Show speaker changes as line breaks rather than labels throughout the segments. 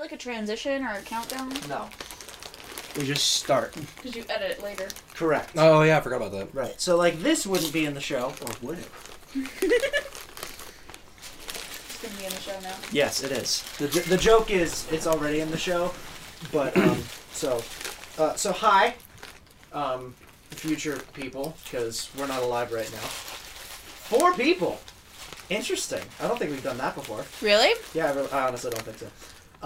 like a transition or a countdown?
No.
We just start.
Because you edit it later.
Correct.
Oh yeah, I forgot about that.
Right. So like this wouldn't be in the show, Uh, or would it?
It's going to be in the show now.
Yes, it is. The, j- the joke is it's already in the show, but um, so uh, so hi, um, future people, because we're not alive right now. Four people. Interesting. I don't think we've done that before.
Really?
Yeah, I, really, I honestly don't think so.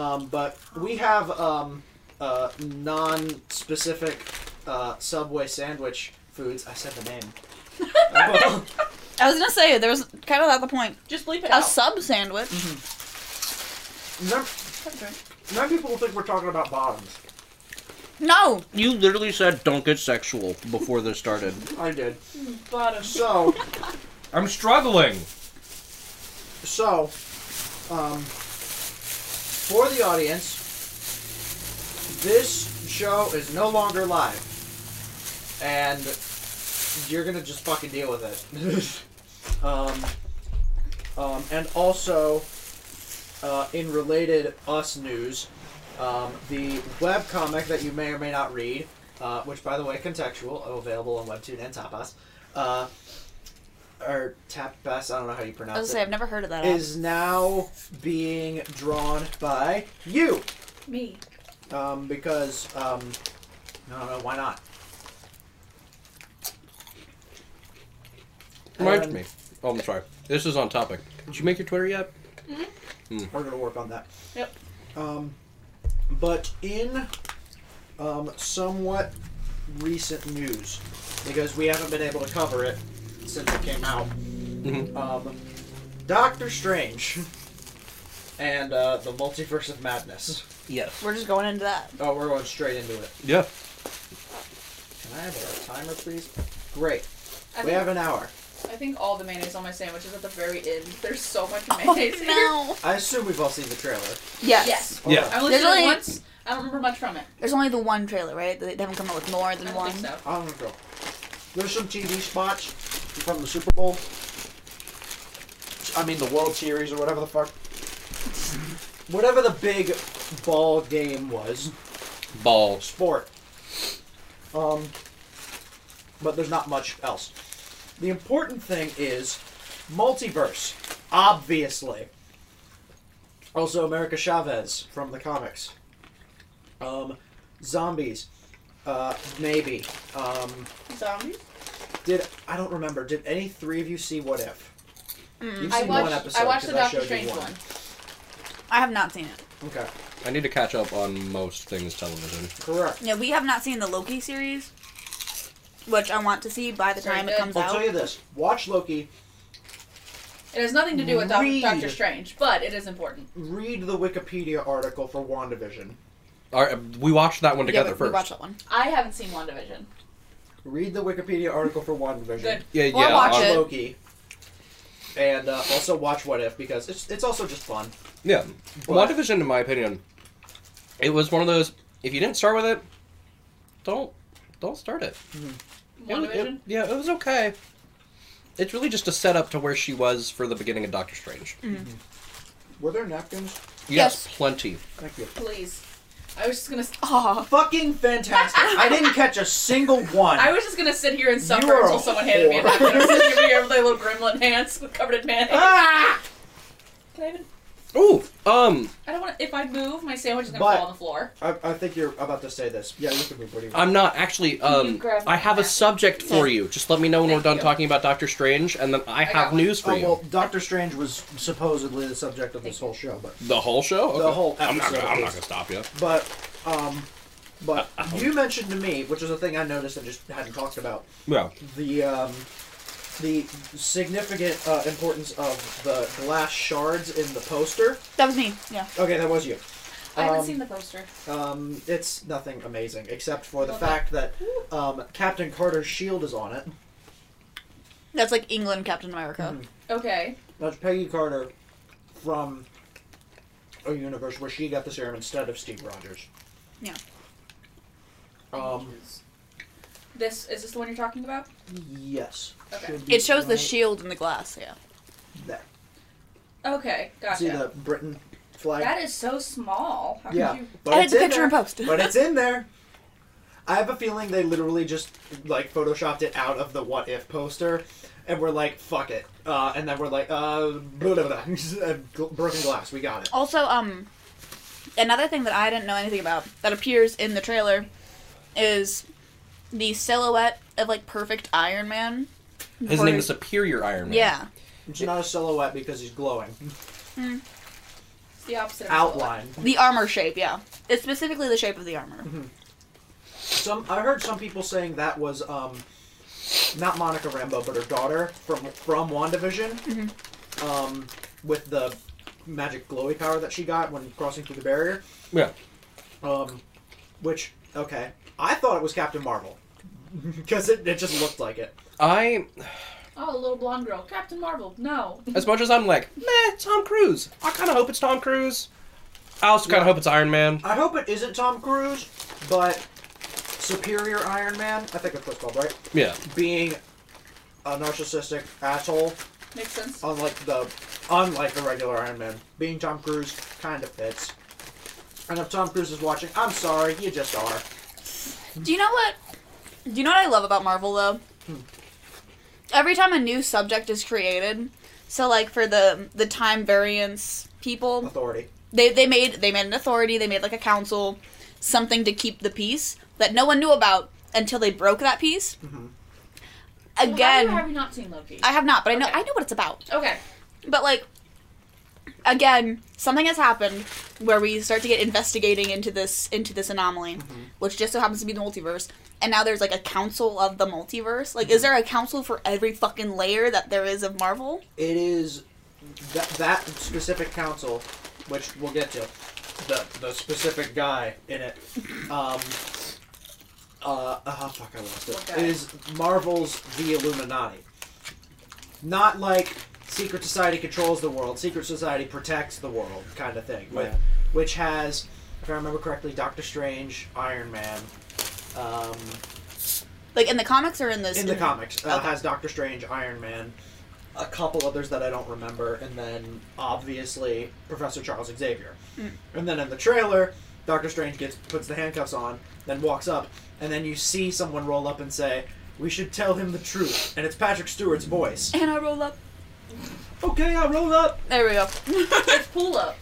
Um, but we have um, uh, non-specific uh, Subway sandwich foods. I said the name. Uh,
I was going to say, there was kind of at the point.
Just bleep it
A
out.
sub sandwich.
Mm-hmm. none, none of people will think we're talking about bottoms.
No.
You literally said don't get sexual before this started.
I did.
Bottom.
So.
I'm struggling.
So, um, for the audience, this show is no longer live, and you're gonna just fucking deal with it. um, um, and also, uh, in related us news, um, the web comic that you may or may not read, uh, which by the way, contextual, available on Webtoon and Tapas, uh, or Tapas, I don't know how you pronounce
I was going to
it
say, I've never heard of that. app.
is now being drawn by you
Me.
um, because um, I don't know why not.
Reminds
Um,
me. Oh, I'm sorry. This is on topic. Did you make your Twitter yet?
We're gonna work on that.
Yep.
Um, but in um, somewhat recent news, because we haven't been able to cover it since it came out,
Mhm.
um, Doctor Strange and uh, the Multiverse of Madness.
Yes.
We're just going into that.
Oh, we're going straight into it.
Yeah.
Can I have a timer, please? Great.
I
We
think,
have an hour.
I think all the mayonnaise on my sandwich is at the very end. There's so much
Oh,
mayonnaise. in here.
no.
I assume we've all seen the trailer.
Yes.
Yes.
Or
Yeah.
not.
I only
There's
seen it
only-
once. I don't remember much from it.
There's only the one trailer, right? They they haven't come out with more
I
than
don't
one.
think so.
I don't know. There's some TV spots from the Super Bowl. I mean, the World Series or whatever the fuck. Whatever the big ball game was.
Balls.
Sport. Um, but there's not much else. The important thing is multiverse, obviously. Also, America Chavez from the comics. Um, zombies, uh, maybe. Um,
Zombies?
did I don't remember? Did any three of you see What If? You've
Mm, I
seen one
watched,
episode
I watched the
'cause I showed
Doctor
you
Strange one.
I have not seen it.
Okay,
I need to catch up on most things television.
correct.
Yeah, we have not seen the Loki series, which I want to see by the
Very
time it
good.
comes
I'll tell
out.
you this: watch Loki,
It has nothing to do with Doc-
Read.
Doctor Strange, but it is important.
read the Wikipedia article for Wandavision,
All right, we watched that one
Yeah,
together
we, we
first.
watched that one.
I haven't seen WandaVision.
read the Wikipedia article for WandaVision,
Good.
Yeah,
Well, I
yeah.
watched
watch
it.
uh,
Loki, and uh, also watch What If because it's it's also just fun.
Yeah.
But-
WandaVision, in my opinion, it was one of those. If you didn't start with it, don't don't start it. It was- it-
WandaVision?
yeah, it was okay. It's really just a setup to where she was for the beginning of Doctor Strange.
Were there napkins?
Yes,
Yes.
plenty.
Thank you.
Please. I was just gonna. s-
Oh,
Fucking fantastic! I didn't catch a single one.
I was just gonna sit here and suffer
You are
until
a
someone handed me a
whore.
napkin. I'm sitting over here with my little gremlin hands covered in mayonnaise.
ah!
Can I even?
Ooh, um,
I don't want. to. If I move, my sandwich is gonna
But-
fall on the floor.
I, I think you're about to say this. Yeah, you can be pretty.
I'm not actually. Um,
grab
I have a
that?
subject for you. Just let me know when we're
Thank
done
you.
talking about Doctor Strange, and then I,
got
have
one.
news for
Oh
you.
well, Doctor Strange was supposedly the subject of this whole show, but
The whole show.
The whole
I'm not. Gonna,
episode.
I'm not gonna stop you.
But um, but you mentioned to me, which is a thing I noticed and just hadn't talked about,
Yeah.
the um, the significant uh, importance of the glass shards in the poster.
that was me. Yeah.
Okay, that was you.
I haven't
Um,
seen the poster.
Um, it's nothing amazing except for the
Love
fact that um, Captain Carter's shield is on it.
That's like England, Captain America.
Mm-hmm.
Okay.
That's Peggy Carter from a universe where she got the serum instead of Steve Rogers.
Yeah.
Um,
This is this the one you're talking about?
yes.
Okay.
Should be
It shows the
right
shield in the glass. Yeah.
there.
Okay, gotcha.
See the Britain flag.
That is so small. How
Yeah.
could you?
But
Edit the
in
picture and
there.
post.
but it's in there. I have a feeling they literally just like photoshopped it out of the what if poster, and we're like, fuck it, uh, and then we're like, uh, blah, blah, blah. Gl- broken glass, we got it.
Also, um, another thing that I didn't know anything about that appears in the trailer is the silhouette of like perfect Iron Man.
His
Or-
name is Superior Iron Man.
Yeah,
It's not a silhouette because he's glowing.
It's the opposite of
Outline.
the armor shape. Yeah, it's specifically the shape of the armor.
Some I heard some people saying that was um, not Monica Rambeau, but her daughter from from Wandavision,
Mm-hmm.
um, with the magic glowy power that she got when crossing through the barrier.
Yeah.
Um, which okay, I thought it was Captain Marvel because it, it just looked like it.
I,
Oh, a little blonde girl. Captain Marvel. No.
as much as I'm like, meh, Tom Cruise. I kind of hope it's Tom Cruise. I also kind of
Yeah.
hope it's Iron Man.
I hope it isn't Tom Cruise, but Superior Iron Man. I think it's what's called right.
Yeah.
Being a narcissistic asshole
Makes sense.
Oh,
unlike the unlike the regular Iron Man. Being Tom Cruise kind of fits. And if Tom Cruise is watching, I'm sorry, you just are.
Do you know what? Do you know what I love about Marvel though? Every time a new subject is created, so like for the the time variance people,
Authority.
they they made they made an authority, they made like a council, something to keep the peace that no one knew about until they broke that peace.
Mhm.
Again,
Mm-hmm. Well, how do you- have you not seen Loki?
I have not, but I know
Okay.
I know what it's about.
okay.
But like again, something has happened where we start to get investigating into this into this anomaly,
Mm-hmm.
which just so happens to be the multiverse. And now there's like a council of the multiverse. Like
Mm-hmm.
is there a council for every fucking layer that there is of Marvel?
It is that that specific council, which we'll get to, the the specific guy in it. Um, uh, ah, fuck, I lost it.
Okay.
Is Marvel's the Illuminati? Not like secret society controls the world, secret society protects the world, kind of thing. With,
Yeah.
Which has, if I remember correctly, Doctor Strange, Iron Man. Um,
Like in the comics or in this
in the comics uh,
Okay.
has Doctor Strange, Iron Man, a couple others that I don't remember, and then obviously Professor Charles Xavier. And then in the trailer, Doctor Strange gets puts the handcuffs on, then walks up, and then you see someone roll up and say, "We should tell him the truth." And it's Patrick Stewart's voice.
And I roll up.
Okay, I roll up.
There we go.
It's pull up.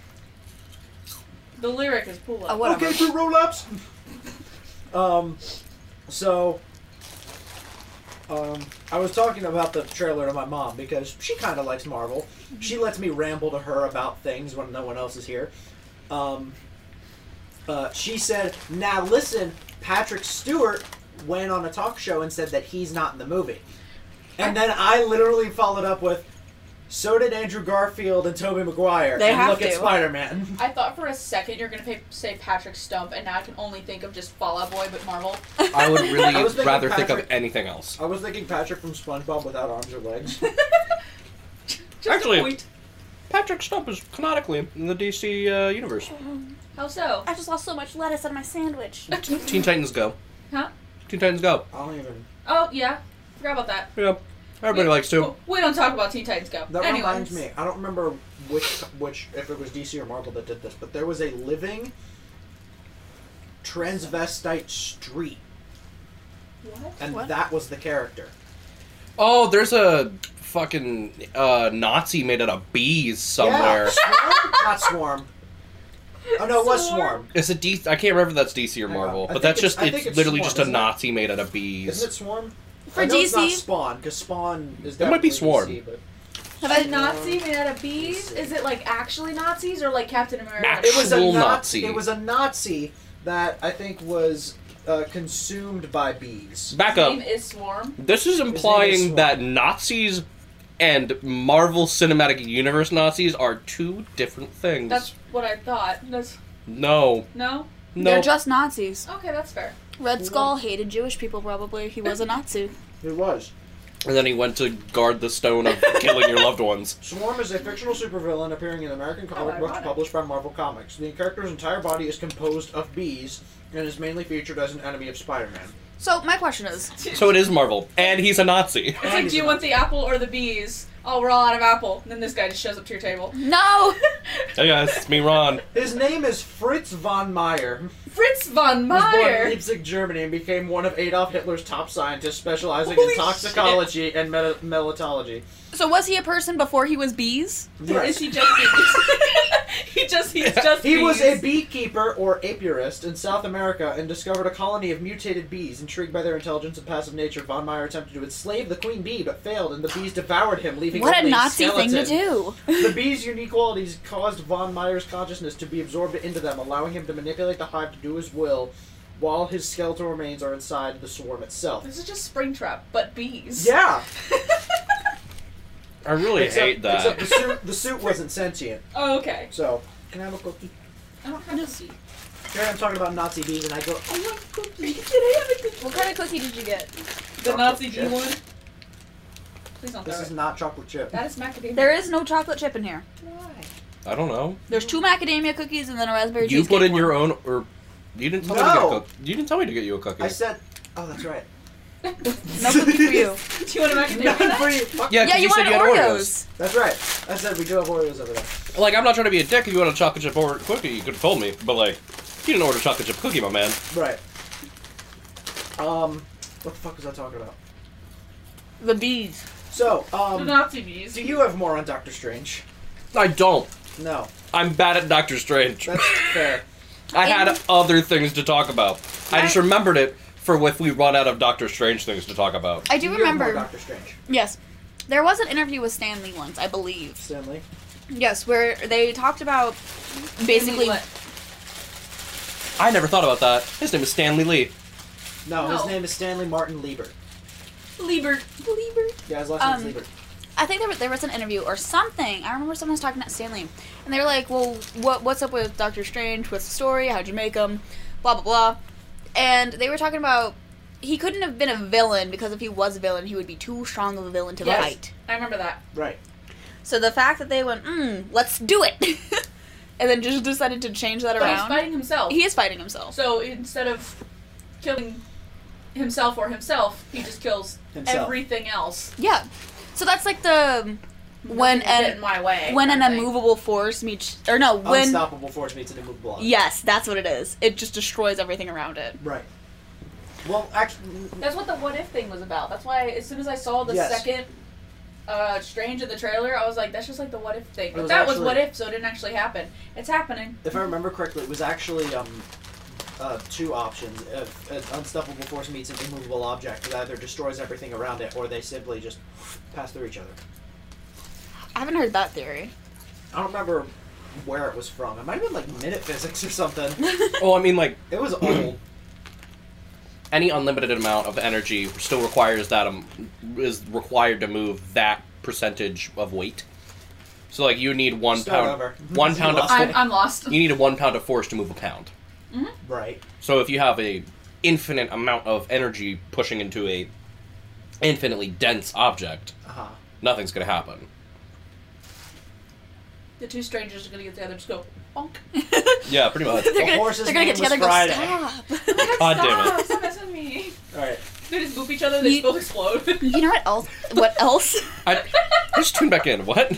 The lyric is pull up.
Oh, what- Whatever.
Okay, two roll ups. um, so. Um, I was talking about the trailer to my mom because she kind of likes Marvel. She lets me ramble to her about things when no one else is here. Um, uh, she said, "Now listen, Patrick Stewart went on a talk show and said that he's not in the movie." And then I literally followed up with, "So did Andrew Garfield and Tobey Maguire."
They
and
have
look at
to.
Spider-Man.
I thought for a second you're gonna pay, say Patrick Stump, and now I can only think of just Fallout Boy, but Marvel.
I would really
I was thinking
rather think of
Patrick-
anything else.
I was thinking Patrick from SpongeBob without arms or legs.
Just
Actually-
a point.
Patrick Stump is canonically in the DC uh, universe.
How so?
I just lost so much lettuce on my sandwich.
Teen Titans Go.
Huh?
Teen Titans Go.
I don't even.
Oh yeah. Forgot about that.
Yeah. Everybody
We-
likes to.
We don't talk about Teen Titans Go.
That
Anyways.
reminds me. I don't remember which which if it was DC or Marvel that did this, but there was a living transvestite street,
What?
and
What?
that was the character.
Oh, there's a fucking uh, Nazi made out of bees somewhere.
Yeah, swarm? not swarm. Oh no, it was
Swarm.
swarm.
It's a D. I can't remember if that's DC or
Hang on.
Marvel,
I
but
think
that's
it's-
just
I
it's,
think it's
literally
Swarm,
just a
isn't it?
Nazi made out of bees.
Isn't it swarm?
For
I know it's not
DC?
Spawn, because Spawn is.
It might
definitely
be Swarm.
DC, but-
Have
A
I
uh,
Nazi made out of bees? Is it like actually Nazis or like Captain America?
Actual
It was a
Nazi.
Nazi. It was a Nazi that I think was uh, consumed by bees.
Back
His name
up.
is Swarm.
This is
is
implying
Swarm.
that Nazis and Marvel Cinematic Universe Nazis are two different things.
That's what I thought. That's
no,
no.
no.
They're just Nazis.
Okay, that's fair.
Red Skull hated Jewish people probably. He was a Nazi.
It was.
and then he went to guard the stone of killing your loved ones.
Swarm is a fictional supervillain appearing in American comic
Oh,
books
ironic.
published by Marvel Comics. The character's entire body is composed of bees and is mainly featured as an enemy of Spider-Man.
So my question is,
So it is Marvel, and he's a Nazi.
It's like, do you want the apple or the bees? oh, we're all out of apple. And then this guy just shows up to your table.
No!
Hey guys, it's me, Ron.
His name is Fritz von Meyer.
Fritz von
He was born in
Meyer.
Leipzig, Germany, and became one of Adolf Hitler's top scientists, specializing
Holy
in toxicology and meta- melitology.
So was he a person before he was bees?
Is he just bees? he just he's just
He was a
bees.
beekeeper or apiarist in South America and discovered a colony of mutated bees. Intrigued by their intelligence and passive nature, von Meyer attempted to enslave the queen bee but failed, and the bees devoured him, leaving
What a
only
Nazi
skeleton.
thing to do.
The bees' unique qualities caused von Meyer's consciousness to be absorbed into them, allowing him to manipulate the hive to do his will, while his skeletal remains are inside the swarm itself.
This is just Springtrap, but bees.
Yeah,
I really
except,
hate that.
except the suit. The suit wasn't sentient,
Oh, okay.
so can I have a cookie?
I don't have to see.
Here I'm talking about Nazi bees, and I go,
I want a cookie. Can I have a cookie?
What kind of cookie did you get?
The Nazi bee
chip.
one. Please don't
"This
throw
is
it.
not chocolate chip."
That is macadamia.
There is no chocolate chip in here.
Why?
I don't know.
There's two macadamia cookies and then a raspberry
You
cheesecake
put in
one.
your own, or you didn't tell me to get
No.
a cookie. You didn't tell me to get you a cookie.
I said, "Oh, that's right."
No cookie for you.
Do you want a macadamia?
None
nut?
for you. Fuck.
yeah, 'cause
yeah, you,
said
wanted
you had
Oreos.
That's right. I said we do have Oreos over there.
Oreos. Like, I'm not trying to be a dick. If you want a chocolate chip or cookie, you could have told me. But like, you didn't order chocolate chip cookie, my man.
Right. Um, what the fuck was I talking about?
The bees.
So,
the
um,
Nazi bees.
do you have more on Doctor Strange?
I don't.
No,
I'm bad at Doctor Strange.
that's fair.
I had
And-
other things to talk about. I just
I-
remembered it for if we run out of Doctor Strange things to talk about.
I do
You have more
remember.
Doctor Strange.
Yes. There was an interview with Stanley once, I believe.
Stanley.
Yes, where they talked about basically
What?
I never thought about that. His name is Stanley Lee.
No, his
No.
name is Stanley Martin Liebert.
Liebert. Liebert.
Yeah, his last name's
Um,
Liebert.
I think there was, there was an interview or something. I remember someone was talking about Stanley, and they were like, "Well, what what's up with Doctor Strange? What's the story? How'd you make him? Blah blah blah." And they were talking about he couldn't have been a villain because if he was a villain, he would be too strong of a villain to
Yes.
fight.
I remember that.
Right.
So the fact that they went, mm, "Let's do it," and then just decided to change that
But he's
around.
fighting himself.
He is fighting himself.
So instead of killing himself or himself, he just kills
Himself.
everything else.
Yeah. So that's like the when
Nothing get in
an
my way.
when an
kind of thing.
immovable force meets or no
Oh,
when
Unstoppable force meets an immovable block.
yes that's what it is. It just destroys everything around it.
Right. Well, actually,
That's what the what if thing was about. That's why as soon as I saw the
Yes.
second uh, Strange in the trailer, I was like, that's just like the what if thing. But
was
that was
actually-
what if, so it didn't actually happen. It's happening.
if I remember correctly, it was actually um, uh, two options. If an unstoppable force meets an immovable object, it either destroys everything around it, or they simply just pass through each other.
I haven't heard that theory.
I don't remember where it was from. It might have been like minute physics or something.
Oh, I mean, like
It was old.
any unlimited amount of energy still requires that um, is required to move that percentage of weight. So like you need one
Start
pound,
over.
one pound of
Lost
I'm,
it.
I'm lost.
you need a one pound of force to move a pound.
right.
So if you have a infinite amount of energy pushing into a infinitely dense object,
Uh-huh.
nothing's gonna happen.
The two strangers are gonna get together and just go, bonk.
Yeah, pretty much.
they're gonna,
horse's
they're gonna
name
get together and go,
was
stop.
God damn
Stop!
it.
Stop messing with me.
All right.
They just boop each other, they
You-
just both explode.
you know what else? What else?
I just tune back in. What?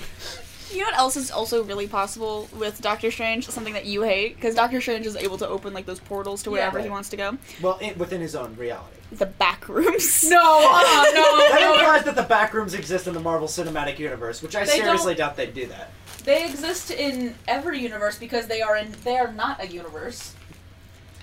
You know what else is also really possible with Doctor Strange? Something that you hate because Doctor Strange is able to open like those portals to wherever
Yeah.
he wants to go.
Well, in, within his own reality.
The back rooms.
No, uh,
That
no, no.
implies that the back rooms exist in the Marvel Cinematic Universe, which I
They
seriously doubt they'd do that.
They exist in every universe because they are in. They are not a universe.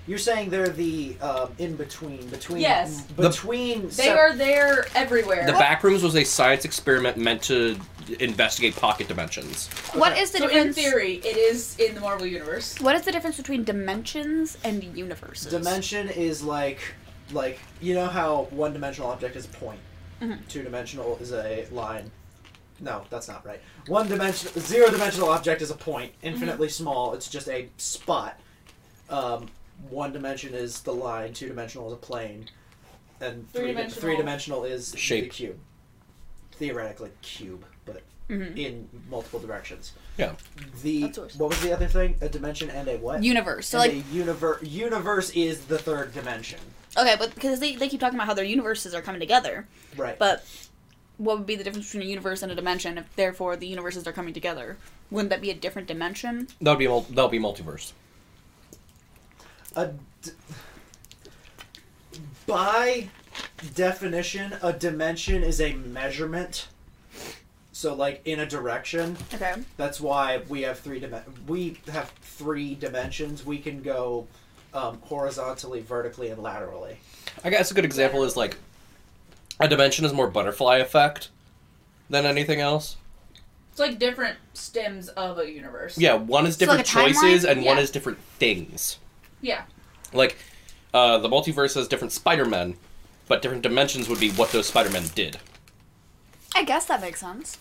You're saying they're the um, in between, between,
Yes.
The-
between.
They
sep-
are there everywhere.
The Backrooms was a science experiment meant to investigate pocket dimensions.
What
Okay.
is the
so in
difference?
theory, it is in the Marvel universe.
What is the difference between dimensions and universes?
Dimension is like, like you know how one dimensional object is a point,
Mhm.
two dimensional is a line. No, that's not right. One dimension, zero dimensional object is a point, infinitely small. It's just a spot. Um, one dimension is the line. Two dimensional is a plane, and three
Three-dimensional.
three dimensional is the
Shape.
cube. Theoretically, cube, but
Mhm.
in multiple directions.
Yeah.
The
That's yours.
what was the other thing? A dimension and a what?
Universe. So
And
like
a universe universe is the third dimension.
okay, but because they, they keep talking about how their universes are coming together,
Right.
but what would be the difference between a universe and a dimension if therefore the universes are coming together? Wouldn't that be a different dimension?
That would be mul- that would be multiverse.
A d- by definition, a dimension is a measurement. So, like in a direction,
Okay.
that's why we have three dim- We have three dimensions. We can go um, horizontally, vertically, and laterally.
I guess a good example is like a dimension is more butterfly effect than anything else.
It's like different stems of a universe.
Yeah, one is
So, like, a
different
timeline?
choices and one
Yeah.
is different things.
Yeah.
Like uh, the multiverse has different Spider-Men, but different dimensions would be what those Spider-Men did.
I guess that makes sense.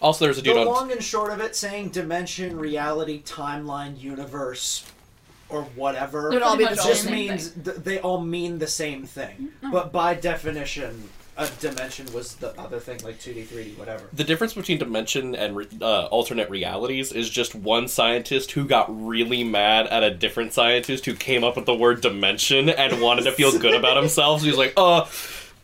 Also, there's a dude
the
on
long and short of it, saying dimension, reality, timeline, universe, or whatever,
It would all be the
Pretty much
just
same
means
thing.
th- they all mean the same thing. But by definition, a dimension was the other thing, like 2D, 3D, whatever.
The difference between dimension and re- uh, alternate realities is just one scientist who got really mad at a different scientist who came up with the word dimension and wanted to feel good about himself. So he's like, uh,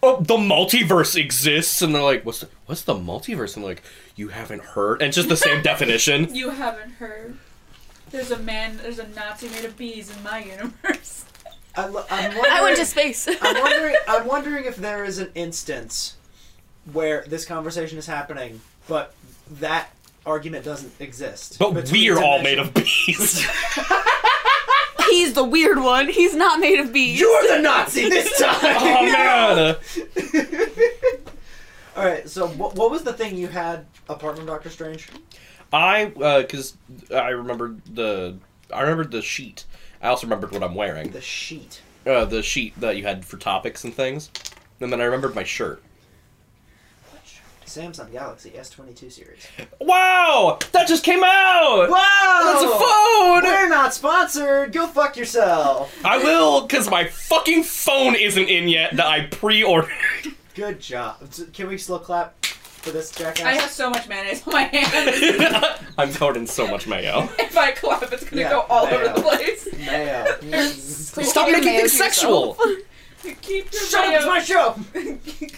oh, the multiverse exists. And they're like, what's the, what's the multiverse? And they're like, you haven't heard. And it's just the same definition.
You haven't heard. There's a man. There's a Nazi made of bees in my universe.
I, lo- I'm wondering,
I went to space.
I'm wondering. I'm wondering if there is an instance where this conversation is happening, but that argument doesn't exist.
But
Between
we're all made
dimension-
of bees.
He's the weird one. He's not made of bees.
You're the Nazi this time.
oh, man.
All right. So what, what was the thing you had apart from Doctor Strange?
I, because I remembered the, I remembered the sheet. I also remembered what I'm wearing.
The sheet.
uh, the sheet that you had for topics and things. And then I remembered my shirt.
Samsung Galaxy S22 series.
Wow! That just came out! That's a
Whoa!
phone!
We're not sponsored. Go fuck yourself.
I will, because my fucking phone isn't in yet that I pre ordered.
Good job. S- Can we slow clap for this jackass?
I have so much mayonnaise on my hands.
I'm covered in so much mayo.
if I clap, it's gonna
Yeah,
go all
there.
over the place.
Mayo. Mm.
Please
Stop
keep your
making
mayo
things
to yourself.
sexual!
Keep your
Shut up! It's my
mayo-
show.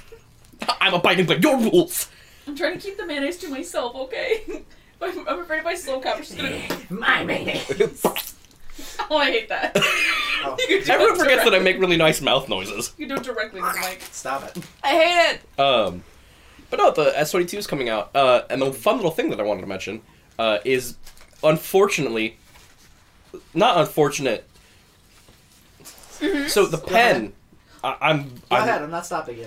I'm abiding by your rules!
I'm trying to keep the mayonnaise to myself, okay? I'm, I'm afraid if I slow clap, it's just gonna.
My mayonnaise.
Oh, I hate that.
Oh,
You can do
Everyone
it
forgets that I
directly-
make really nice mouth noises.
You can do it directly to the mic.
stop it.
I hate it.
Um, but no, the S22 is coming out. Uh, and the fun little thing that I wanted to mention uh, is, unfortunately, not unfortunate.
Mm-hmm.
So the pen, I, I'm,
Go ahead.
I'm
I'm not stopping you.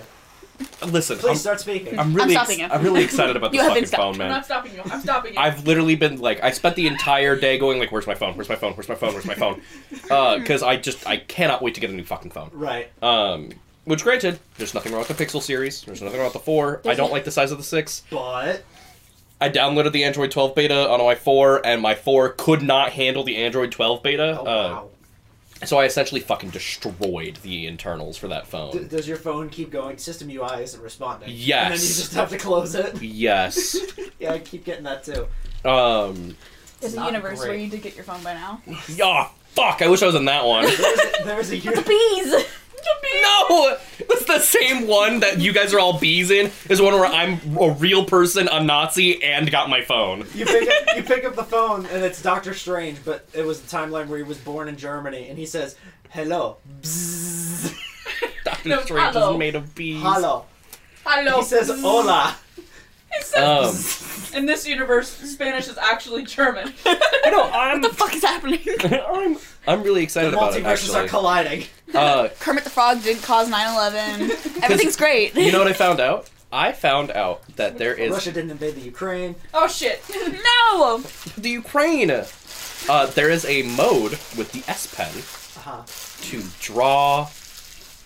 listen.
Please
I'm,
start speaking.
I'm really,
I'm stopping
ex-
you.
I'm really excited about
You
this
have been
fucking phone,
I'm
man.
not stopping you. I'm stopping you.
I've literally been like, I spent the entire day going like, "Where's my phone? Where's my phone? Where's my phone? Where's my phone?" Because I just, I cannot wait to get a new fucking phone.
right.
Um, which, granted, there's nothing wrong with the Pixel series. There's nothing wrong with the four. I
There's
don't
no-
like the size of the six.
But
I downloaded the Android 12 beta on my 4, and my 4 could not handle the Android 12 beta.
oh,
uh,
wow.
So I essentially fucking destroyed the internals for that phone.
D- does your phone keep going? System UI isn't responding. And then
Yes.
you just have to close it.
yes.
Yeah, I keep getting that too.
um.
There's a
Not
universe where
great.
you did get your phone by now.
Yeah. Fuck. I wish I was in that one.
There's a, there's a uni-
Bees.
no. That's the same one that you guys are all bees in. Is the one where I'm a real person, a Nazi, and got my phone.
you pick up, you pick up the phone and it's Doctor Strange, but it was the timeline where he was born in Germany and he says, "Hello, Bzzz.
Doctor
No,
Strange
hello.
is made of bees.
hello."
Hello.
He says,
"Oh,
"Hola."
He says-
Um.
In this universe, Spanish is actually German.
I know. I'm.
What the fuck is happening?
I'm. I'm really excited about it.
Multiverses are
Actually.
colliding.
uh,
Kermit the Frog did cause 9/11. Everything's great.
You know what I found out? I found out that there is
Russia didn't invade the Ukraine.
oh shit.
no.
the Ukraine. Uh, there is a mode with the S Pen
Uh-huh.
to draw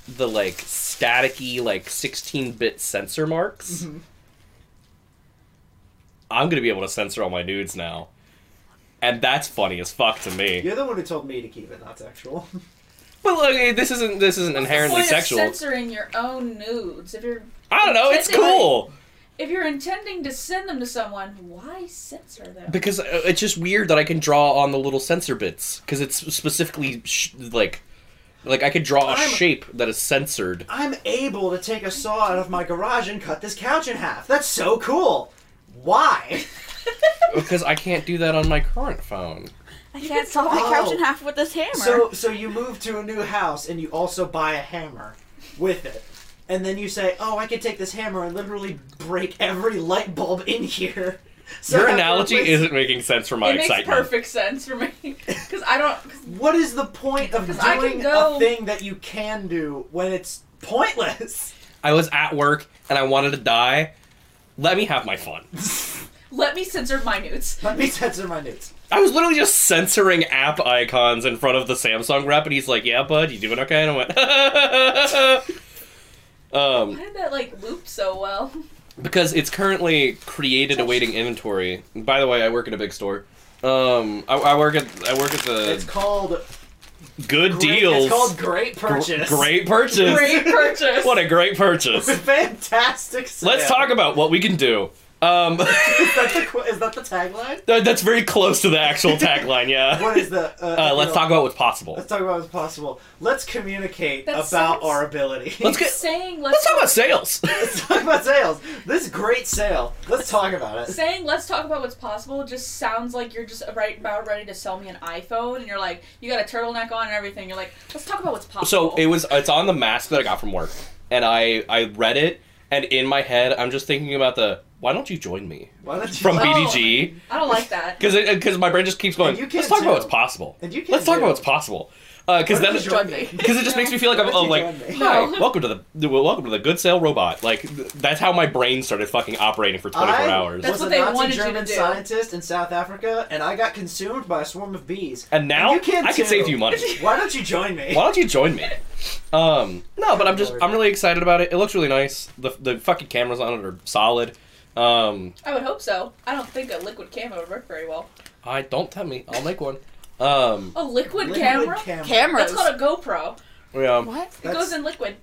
the like staticky like 16-bit sensor marks.
Mm-hmm.
I'm gonna be able to censor all my nudes now, and that's funny as fuck to me.
You're the one who told me to keep it, not sexual.
But like, this isn't this isn't inherently
What's the point
sexual.
Of censoring your own nudes. If you're
I don't know. It's
Intending-
cool
if you're intending to send them to someone, why censor them?
because uh, it's just weird that I can draw on the little sensor bits because it's specifically sh- like Like I could draw a
I'm-
shape that is censored.
I'm able to take a saw out of my garage and cut this couch in half. That's so cool. Why?
Because I can't do that on my current phone.
I can't saw my couch in
Oh.
half with this hammer.
So so you move to a new house and you also buy a hammer with it. And then you say, "Oh, I could take this hammer and literally break every light bulb in here." So
Your
I
analogy
replace-
isn't making sense for my
it makes
excitement.
perfect sense for me because I don't. Cause,
What is the point of
'Cause I can
doing
go-
a thing that you can do when it's pointless?
I was at work and I wanted to die. Let me have my fun.
let me censor minutes.
Let me censor my nudes.
I was literally just censoring app icons in front of the Samsung rep, and he's like, "Yeah, bud, you doing okay?" And I went,
Why
um,
did that like loop so well?
because it's currently created awaiting inventory. And by the way, I work at a big store. Um, I, I work at I work at the
It's called
good
great,
deals.
It's called great
Gr-
purchase.
Great purchase.
Great purchase.
What a great purchase.
Fantastic. Sale.
Let's talk about what we can do. Um,
Is that, the, qu- is that the tagline?
that- that's very close to the actual tagline. Yeah.
What is the? Uh,
uh, let's
no.
talk about what's possible.
Let's talk about what's possible. Let's communicate
That
about
sounds-
our ability.
Let's get.
saying let's,
Let's talk about sales.
Let's talk about sales. This great sale. Let's talk about it.
saying let's talk about what's possible just sounds like you're just right about ready to sell me an iPhone and you're like you got a turtleneck on and everything. You're like let's talk about what's possible.
So it was. It's on the mask that I got from work, and I I read it, and in my head I'm just thinking about the why don't you join me
Why don't you
from
Oh.
BDG
I don't like that.
because because my brain just keeps going.
And you can
Let's talk
too.
about what's possible.
And you can
Let's talk
too.
about what's possible. Because
Why don't
then
you
because
join me?
it just makes me feel like I'm
Why don't
oh,
you
like
join me?
hi
No.
welcome to the welcome to the good sale robot like th- that's how my brain started fucking operating for 24
I
hours
That's
was
what
a
they
Nazi
wanted you to
German
do.
scientist in South Africa, and I got consumed by a swarm of bees.
and now
you can
I can
too.
save you money.
Why don't you join me?
Why don't you join me? Um, no, but I'm just I'm really excited about it. It looks really nice. The the fucking cameras on it are solid. Um,
I would hope so. I don't think a liquid camera would work very well.
I don't tell me. I'll make one. Um,
A liquid,
Liquid
camera?
cameras.
That's called a GoPro.
yeah.
what?
It goes in liquid.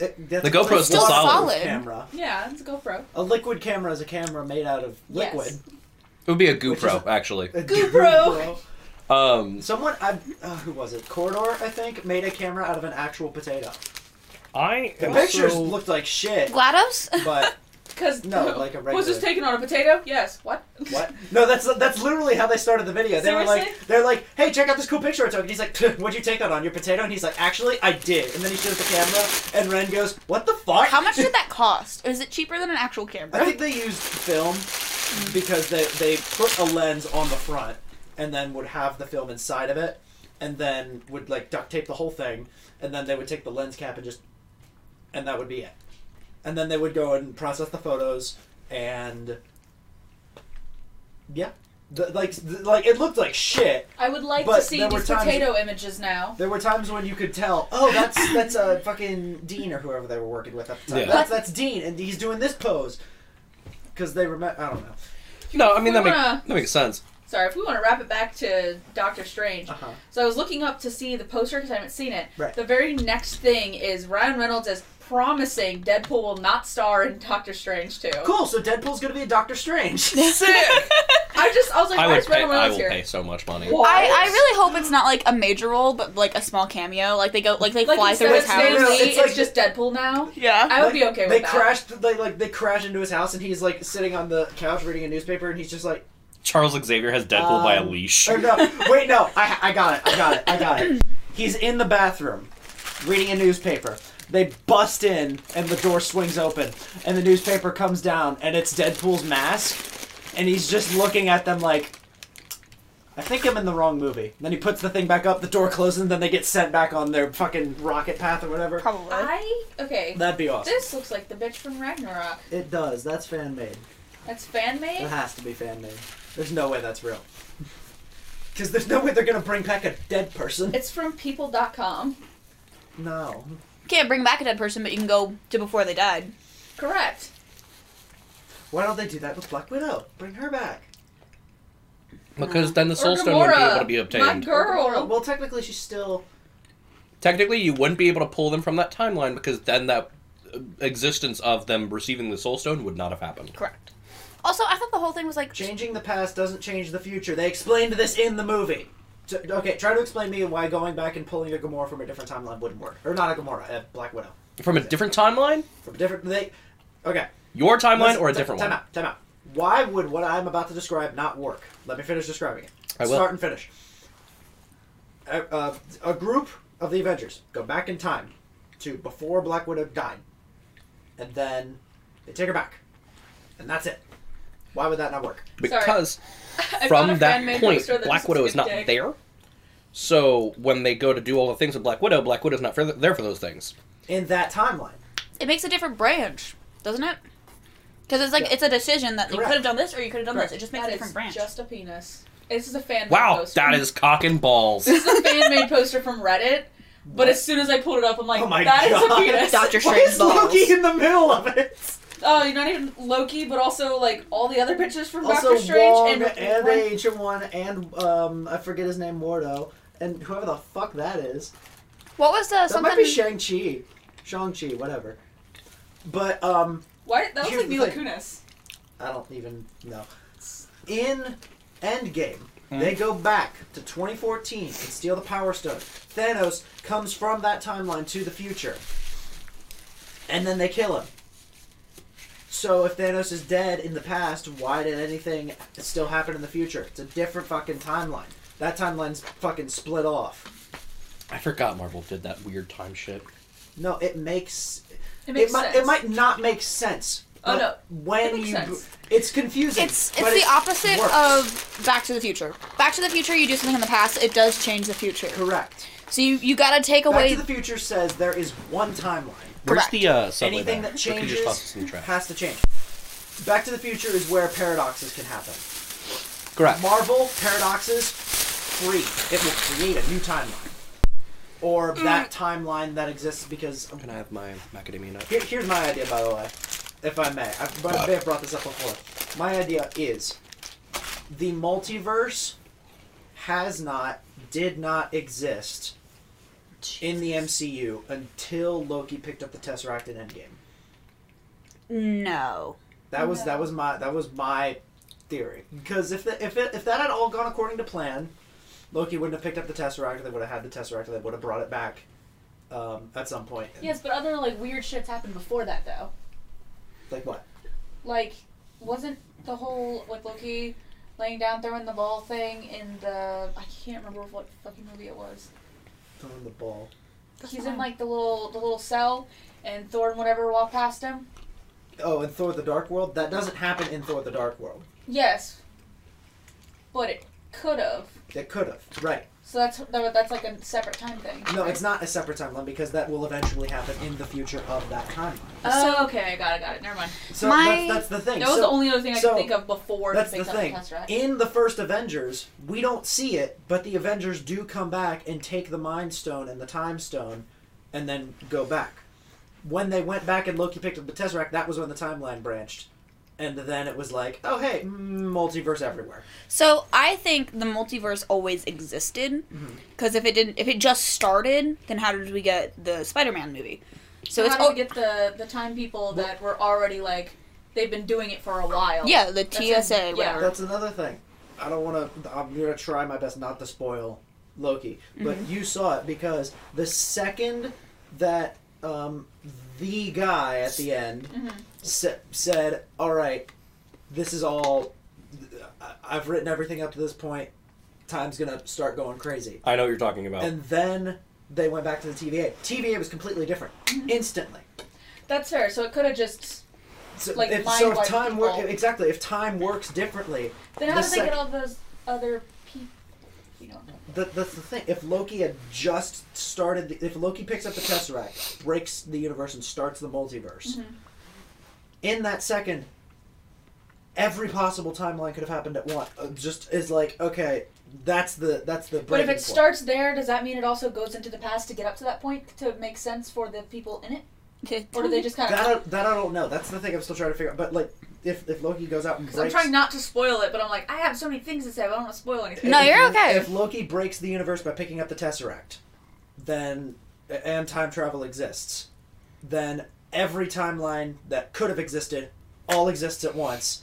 It- that's
The
what
GoPro's
it's
still
called.
solid.
Camera.
Yeah, it's a GoPro.
A liquid camera is a camera made out of
Yes.
liquid.
It would be a
Which
GoPro actually.
A
GoPro.
Um,
Someone, I, uh, who was it? Corridor, I think, made a camera out of an actual potato.
I
The
also-
pictures looked like shit,
GLaDOS?
but
Because
No, like a
Was this
regular-
taken on a potato? Yes. What?
what? No, that's that's literally how they started the video. They were
Seriously?
like, they're like, hey, check out this cool picture I took. And he's like, "Pff, what'd you take that on your potato? And he's like, actually, I did. And then he shows the camera, and Ren goes, what the fuck?
How much did that cost? Is it cheaper than an actual camera?
I think they used film because they they put a lens on the front and then would have the film inside of it and then would like duct tape the whole thing and then they would take the lens cap and just and that would be it. And then they would go and process the photos and yeah, the, like the, like it looked like shit.
I would like
But
to see
there were
these
times-
potato images now.
There were times when you could tell, oh, that's that's uh, fucking Dean or whoever they were working with at the time.
Yeah.
That's that's Dean and he's doing this pose because they remember. I don't know.
No, I mean that
We
makes
wanna-
that makes sense.
Sorry, if we want to wrap it back to Doctor Strange.
Uh-huh.
So I was looking up to see the poster because I haven't seen it.
Right.
The very next thing is Ryan Reynolds is promising Deadpool will not star in Doctor Strange 2.
Cool. So Deadpool's gonna be a Doctor Strange.
I just, I was like,
I
why
would
is
pay.
Ryan
I
Reynolds
will
here?
pay so much money.
What?
I, I really hope it's not like a major role, but like a small cameo. Like they go, like they
Like
fly
instead
through
of
his
Stan
house.
No,
Lee,
it's
it's,
like-
just Deadpool now.
Yeah.
I would
Like,
be okay with
they
that.
crashed. They like they crash into his house, and he's like sitting on the couch reading a newspaper, and he's just like,
Charles Xavier has Deadpool by a
Um,
leash.
or no, wait, no, I I got it, I got it, I got it. He's in the bathroom, reading a newspaper. They bust in, and the door swings open, and the newspaper comes down, and it's Deadpool's mask, and he's just looking at them like. I think I'm in the wrong movie. Then he puts the thing back up, the door closes, and then they get sent back on their fucking rocket path or whatever.
Probably.
I, okay.
That'd be awesome.
This looks like the bitch from Ragnarok.
It does. That's fan made.
That's fan
It
made?
has to be fan made. There's no way that's real. Because there's no way they're gonna bring back a dead person.
It's from people.com.
No.
Can't bring back a dead person, but you can go to before they died.
Correct.
Why don't they do that with Black Widow? Bring her back.
Because then the
or
Soul Stone wouldn't be
Gamora.
able to be
My
obtained.
girl.
Well, technically, she's still.
Technically, you wouldn't be able to pull them from that timeline because then that uh, existence of them receiving the Soul Stone would not have happened.
Correct. Also, I thought the whole thing was like
Changing the past doesn't change the future. They explained this in the movie. T- okay, try to explain to me why going back and pulling a Gamora from a different timeline wouldn't work, or not a Gamora, a Black Widow
From a different timeline?
from a different. They, okay,
Your timeline
Listen,
or a
ti-
different
time
one?
out, time out. Why would what I'm about to describe not work? Let me finish describing it.
I will.
Start and finish. A, uh, a group of the Avengers go back in time to before Black Widow died, and then they take her back, and that's it. Why would that not work?
Because
I found a
from
fan made
that point,
poster that
Black
just
Widow is
said
not
dick.
there. So when they go to do all the things with Black Widow, Black Widow's not for th- there for those things.
In that timeline,
It makes a different branch, doesn't it? Because it's like
Yeah.
it's a decision that you
Correct.
could have done this or you could have done
Correct.
this. It just makes
That
a
is
different branch.
just a penis. This is a fan.
Wow, that is cock and balls.
This is a fan made poster from Reddit. But as soon as I pulled it up, I'm like,
Oh my
that is
God.
a penis.
Doctor
why
Strange
is
balls.
Loki in the middle of it?
Oh, you're not even Loki, but also like all the other pictures from
Also,
Doctor Strange
Wong and,
one-
Ancient One and um, I forget his name, Mordo, and whoever the fuck that is.
What was the
That might be Shang Chi, Shang Chi, whatever. But um,
Why that looks
Here's
like
the
Mila
thing.
Kunis.
I don't even know. In Endgame, they go back to 2014 and steal the Power Stone. Thanos comes from that timeline to the future, and then they kill him. So if Thanos is dead in the past, why did anything still happen in the future? It's a different fucking timeline. That timeline's fucking split off.
I forgot Marvel did that weird time shit.
No, it makes
It makes
it might,
sense.
it might not make sense.
Oh,
but
It
When
makes
you,
sense.
it's confusing.
It's it's
but
the
it
opposite
works.
of Back to the Future. Back to the Future, you do something in the past, it does change the future.
correct.
So you you gotta take
Back
away.
to the Future says there is one timeline.
Correct.
Where's the uh, subway
Anything
there?
that
We could just toss
changes
this in the trash.
has to change. Back to the Future is where paradoxes can happen.
Correct.
Marvel paradoxes free. It will create a new timeline, or that
Mm.
timeline that exists because
Can I have my macadamia nut?
Here, here's my idea, by the way, if I may. I, but I may have brought this up before. My idea is the multiverse has not, did not exist in the MCU until Loki picked up the Tesseract in Endgame.
no.
That was that was my that was my theory. Because if the, if it, if that had all gone according to plan, Loki wouldn't have picked up the Tesseract. They would have had the Tesseract. They would have brought it back um, at some point.
Yes, but other like weird shits happened before that though.
Like what?
Like, wasn't the whole like Loki laying down throwing the ball thing in the I can't remember what fucking movie it was.
Throwing the ball.
He's in like the little the little cell, and Thor and whatever walk past him.
Oh, in Thor: The Dark World, that doesn't happen in Thor: The Dark World.
Yes, but it could have.
That could have, right?
So that's that- that's like a separate time thing.
No, it's not a separate timeline because that will eventually happen in the future of that timeline.
Oh, okay, I got it, got it. Never mind.
So
My-
that's, that's the thing.
That was
So
the only other thing I
so,
could think of before
that's
he
the
picked up
thing.
Tesseract.
In the first Avengers, we don't see it, but the Avengers do come back and take the Mind Stone and the Time Stone, and then go back. When they went back and Loki picked up the Tesseract, that was when the timeline branched, and then it was like, oh hey, mm, multiverse everywhere.
So I think the multiverse always existed,
Mm-hmm.
because if it didn't, if it just started, then how did we get the Spider-Man movie? So
So
it's
how do
all,
we get the the time people that were already like they've been doing it for a while?
yeah, the
That's
TSA,
it.
whatever.
That's another thing. I don't want to. I'm gonna try my best not to spoil Loki, but
Mm-hmm.
you saw it because the second that um, the guy at the end
Mm-hmm.
sa- said, "All right, this is all. I- I've written everything up to this point. Time's gonna start going crazy."
I know what you're talking about.
And then they went back to the TVA. TVA was completely different
Mm-hmm.
instantly.
that's fair. So it could have just
So
Like
if,
mind
so if
wipe
time wor-
people.
exactly if time works differently,
then how
The
did they
sec-
get all those other people? You know,
That, that's the thing. If Loki had just started, the, if Loki picks up the Tesseract, breaks the universe, and starts the multiverse,
Mm-hmm.
in that second, every possible timeline could have happened at once. Uh, just is like, okay, that's the that's the.
but if
breaking
it
point.
starts there, does that mean it also goes into the past to get up to that point to make sense for the people in it, or do they just kind
that,
of?
I, that I don't know. That's the thing I'm still trying to figure out. But like, if if Loki goes out and breaks,
I'm trying not to spoil it, but I'm like I have so many things to say. But I don't want to spoil anything.
No,
if-
you're okay.
If Loki breaks the universe by picking up the Tesseract, then and time travel exists, then every timeline that could have existed all exists at once.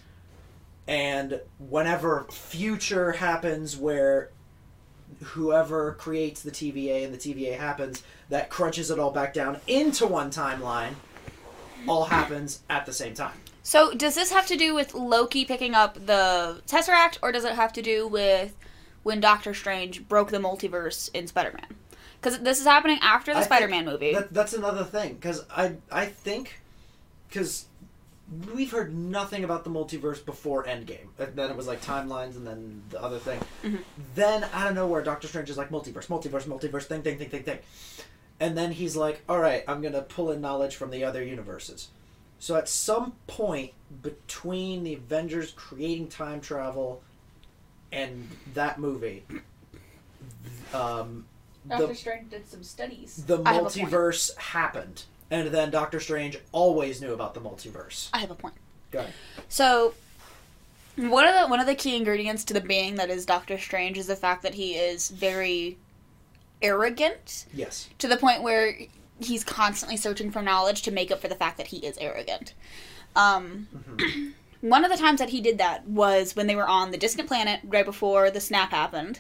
And whenever future happens where whoever creates the TVA and the TVA happens, that crunches it all back down into one timeline, all happens at the same time.
So does this have to do with Loki picking up the Tesseract, or does it have to do with when Doctor Strange broke the multiverse in Spider-Man? Because this is happening after the
I think
Spider-Man movie.
That, that's another thing, because I, I think, because we've heard nothing about the multiverse before Endgame. And then it was like timelines and then the other thing.
Mm-hmm.
Then out of nowhere, Doctor Strange is like multiverse, multiverse, multiverse, thing, thing, thing, thing, thing. And then he's like, all right, I'm going to pull in knowledge from the other universes. So at some point between the Avengers creating time travel and that movie, um,
Doctor
the,
Strange did some studies.
the
I have a point.
multiverse happened. And then Doctor Strange always knew about the multiverse.
I have a point.
Go ahead.
So one of the one of the key ingredients to the being that is Doctor Strange is the fact that he is very arrogant
Yes.
to the point where he's constantly searching for knowledge to make up for the fact that he is arrogant. Um, one of the times that he did that was when they were on the distant planet right before the snap happened,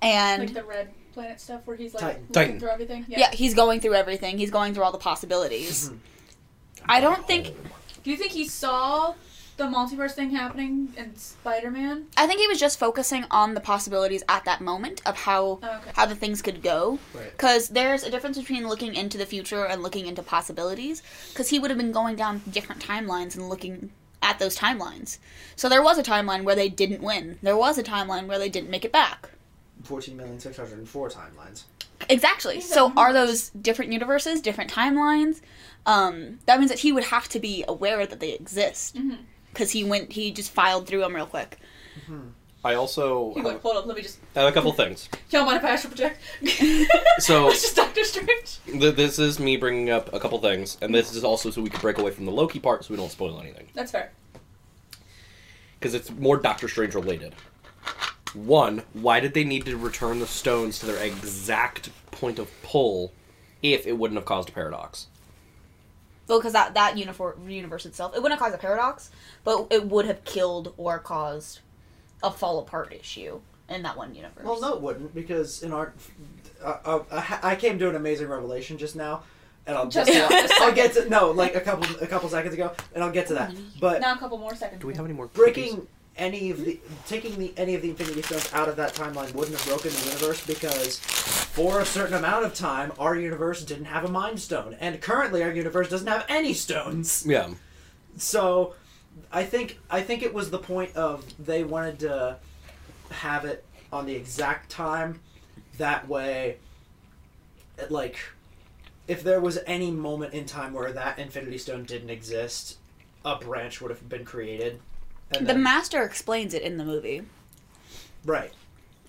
and
Like the red planet stuff where he's like
Titan.
looking
Titan.
through everything.
yeah. he's going through everything. He's going through all the possibilities. I don't think.
Oh.
Do you think he saw the multiverse thing happening in Spider Man?
I think he was just focusing on the possibilities at that moment of how
Oh, Okay.
how the things could go.
Right.
Because there's a difference between looking into the future and looking into possibilities. Because he would have been going down different timelines and looking at those timelines. So there was a timeline where they didn't win. There was a timeline where they didn't make it back.
14,604 timelines.
Exactly.
These
So
are
are those
numbers.
different universes, different timelines? Um, that means that he would have to be aware that they exist.
Mhm.
Because he went, he just filed through them real quick.
I also
He like,
have,
hold up, let me just.
I have a couple things.
Y'all mind if I astral project?
So-
It's just Doctor Strange.
Th- This is me bringing up a couple things, and this is also so we can break away from the Loki part, so we don't spoil anything
That's fair.
because it's more Doctor Strange related. One, why did they need to return the stones to their exact point of pull if it wouldn't have caused a paradox?
Well, because that, that uniform, universe itself, it wouldn't cause a paradox, but it would have killed or caused a fall apart issue in that one universe.
Well, no, it wouldn't, because in our. Uh, uh, I- I came to an amazing revelation just now, and I'll
Just
now,
just
I'll get to no, like a couple a couple seconds ago, and I'll get to that.
Mm-hmm.
But
Now a couple more seconds.
Do we have any more cookies?
breaking any of the taking the any of the Infinity Stones out of that timeline wouldn't have broken the universe because for a certain amount of time our universe didn't have a Mind Stone, and currently our universe doesn't have any stones.
Yeah.
So, I think I think it was the point of they wanted to have it on the exact time. That way, it, like, if there was any moment in time where that Infinity Stone didn't exist, a branch would have been created. And
the
then-
Master explains it in the movie.
right,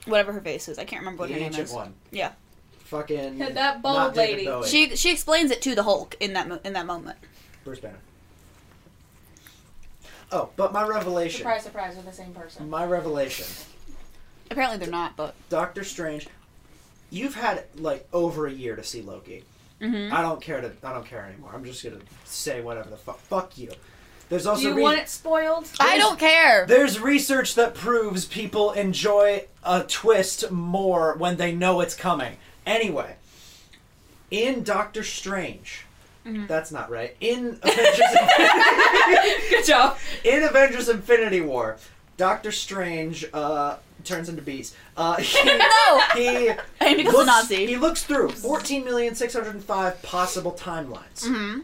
Whatever her face is. I can't remember what
the
her name
ancient
is.
one.
Yeah.
Fucking
Yeah, that bald
not David
lady.
Bowie.
She, she explains it to the Hulk in that, mo- in that moment.
Bruce Banner. Oh, but my revelation.
Surprise, surprise, we're the same person.
My revelation.
Apparently they're not, but.
Doctor Strange, you've had like over a year to see Loki.
Mm-hmm.
Mhm.
I don't care to. I don't care anymore. I'm just gonna say whatever the fuck. Fuck you. There's
Do
also
you
re-
want it spoiled?
I don't care.
there's research that proves people enjoy a twist more when they know it's coming. Anyway, in Doctor Strange, that's not right. In Avengers,
Good job.
in Avengers Infinity War, Doctor Strange uh, turns into bees. Uh, he-
No!
he
And he becomes a
looks,
Nazi.
He looks through 14,605 possible timelines.
Mhm.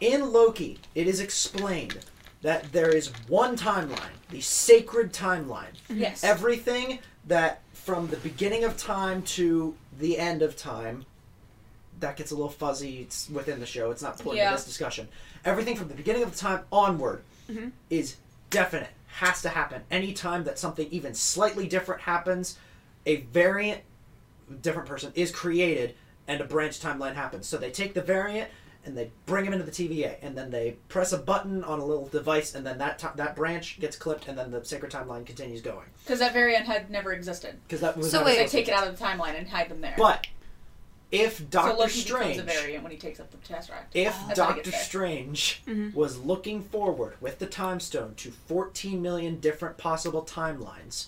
In Loki, it is explained that there is one timeline, the sacred timeline.
Yes.
Everything that from the beginning of time to the end of time, that gets a little fuzzy it's within the show. It's not important
Yeah.
to this discussion. Everything from the beginning of the time onward
Mm-hmm.
is definite, has to happen. Anytime that something even slightly different happens, a variant, different person is created and a branch timeline happens. So they take the variant and they bring him into the TVA and then they press a button on a little device and then that ti- that branch gets clipped and then the sacred timeline continues going.
Because that variant had never existed.
Because that was
So
never
wait.
They
supposed to
take it
exist.
out of the timeline and hide them there.
But if
so
Doctor
Loki
Strange
becomes a variant when he takes up the Tesseract.
If
That's how he
Doctor
gets there.
Strange was looking forward with the time stone to 14 million different possible timelines,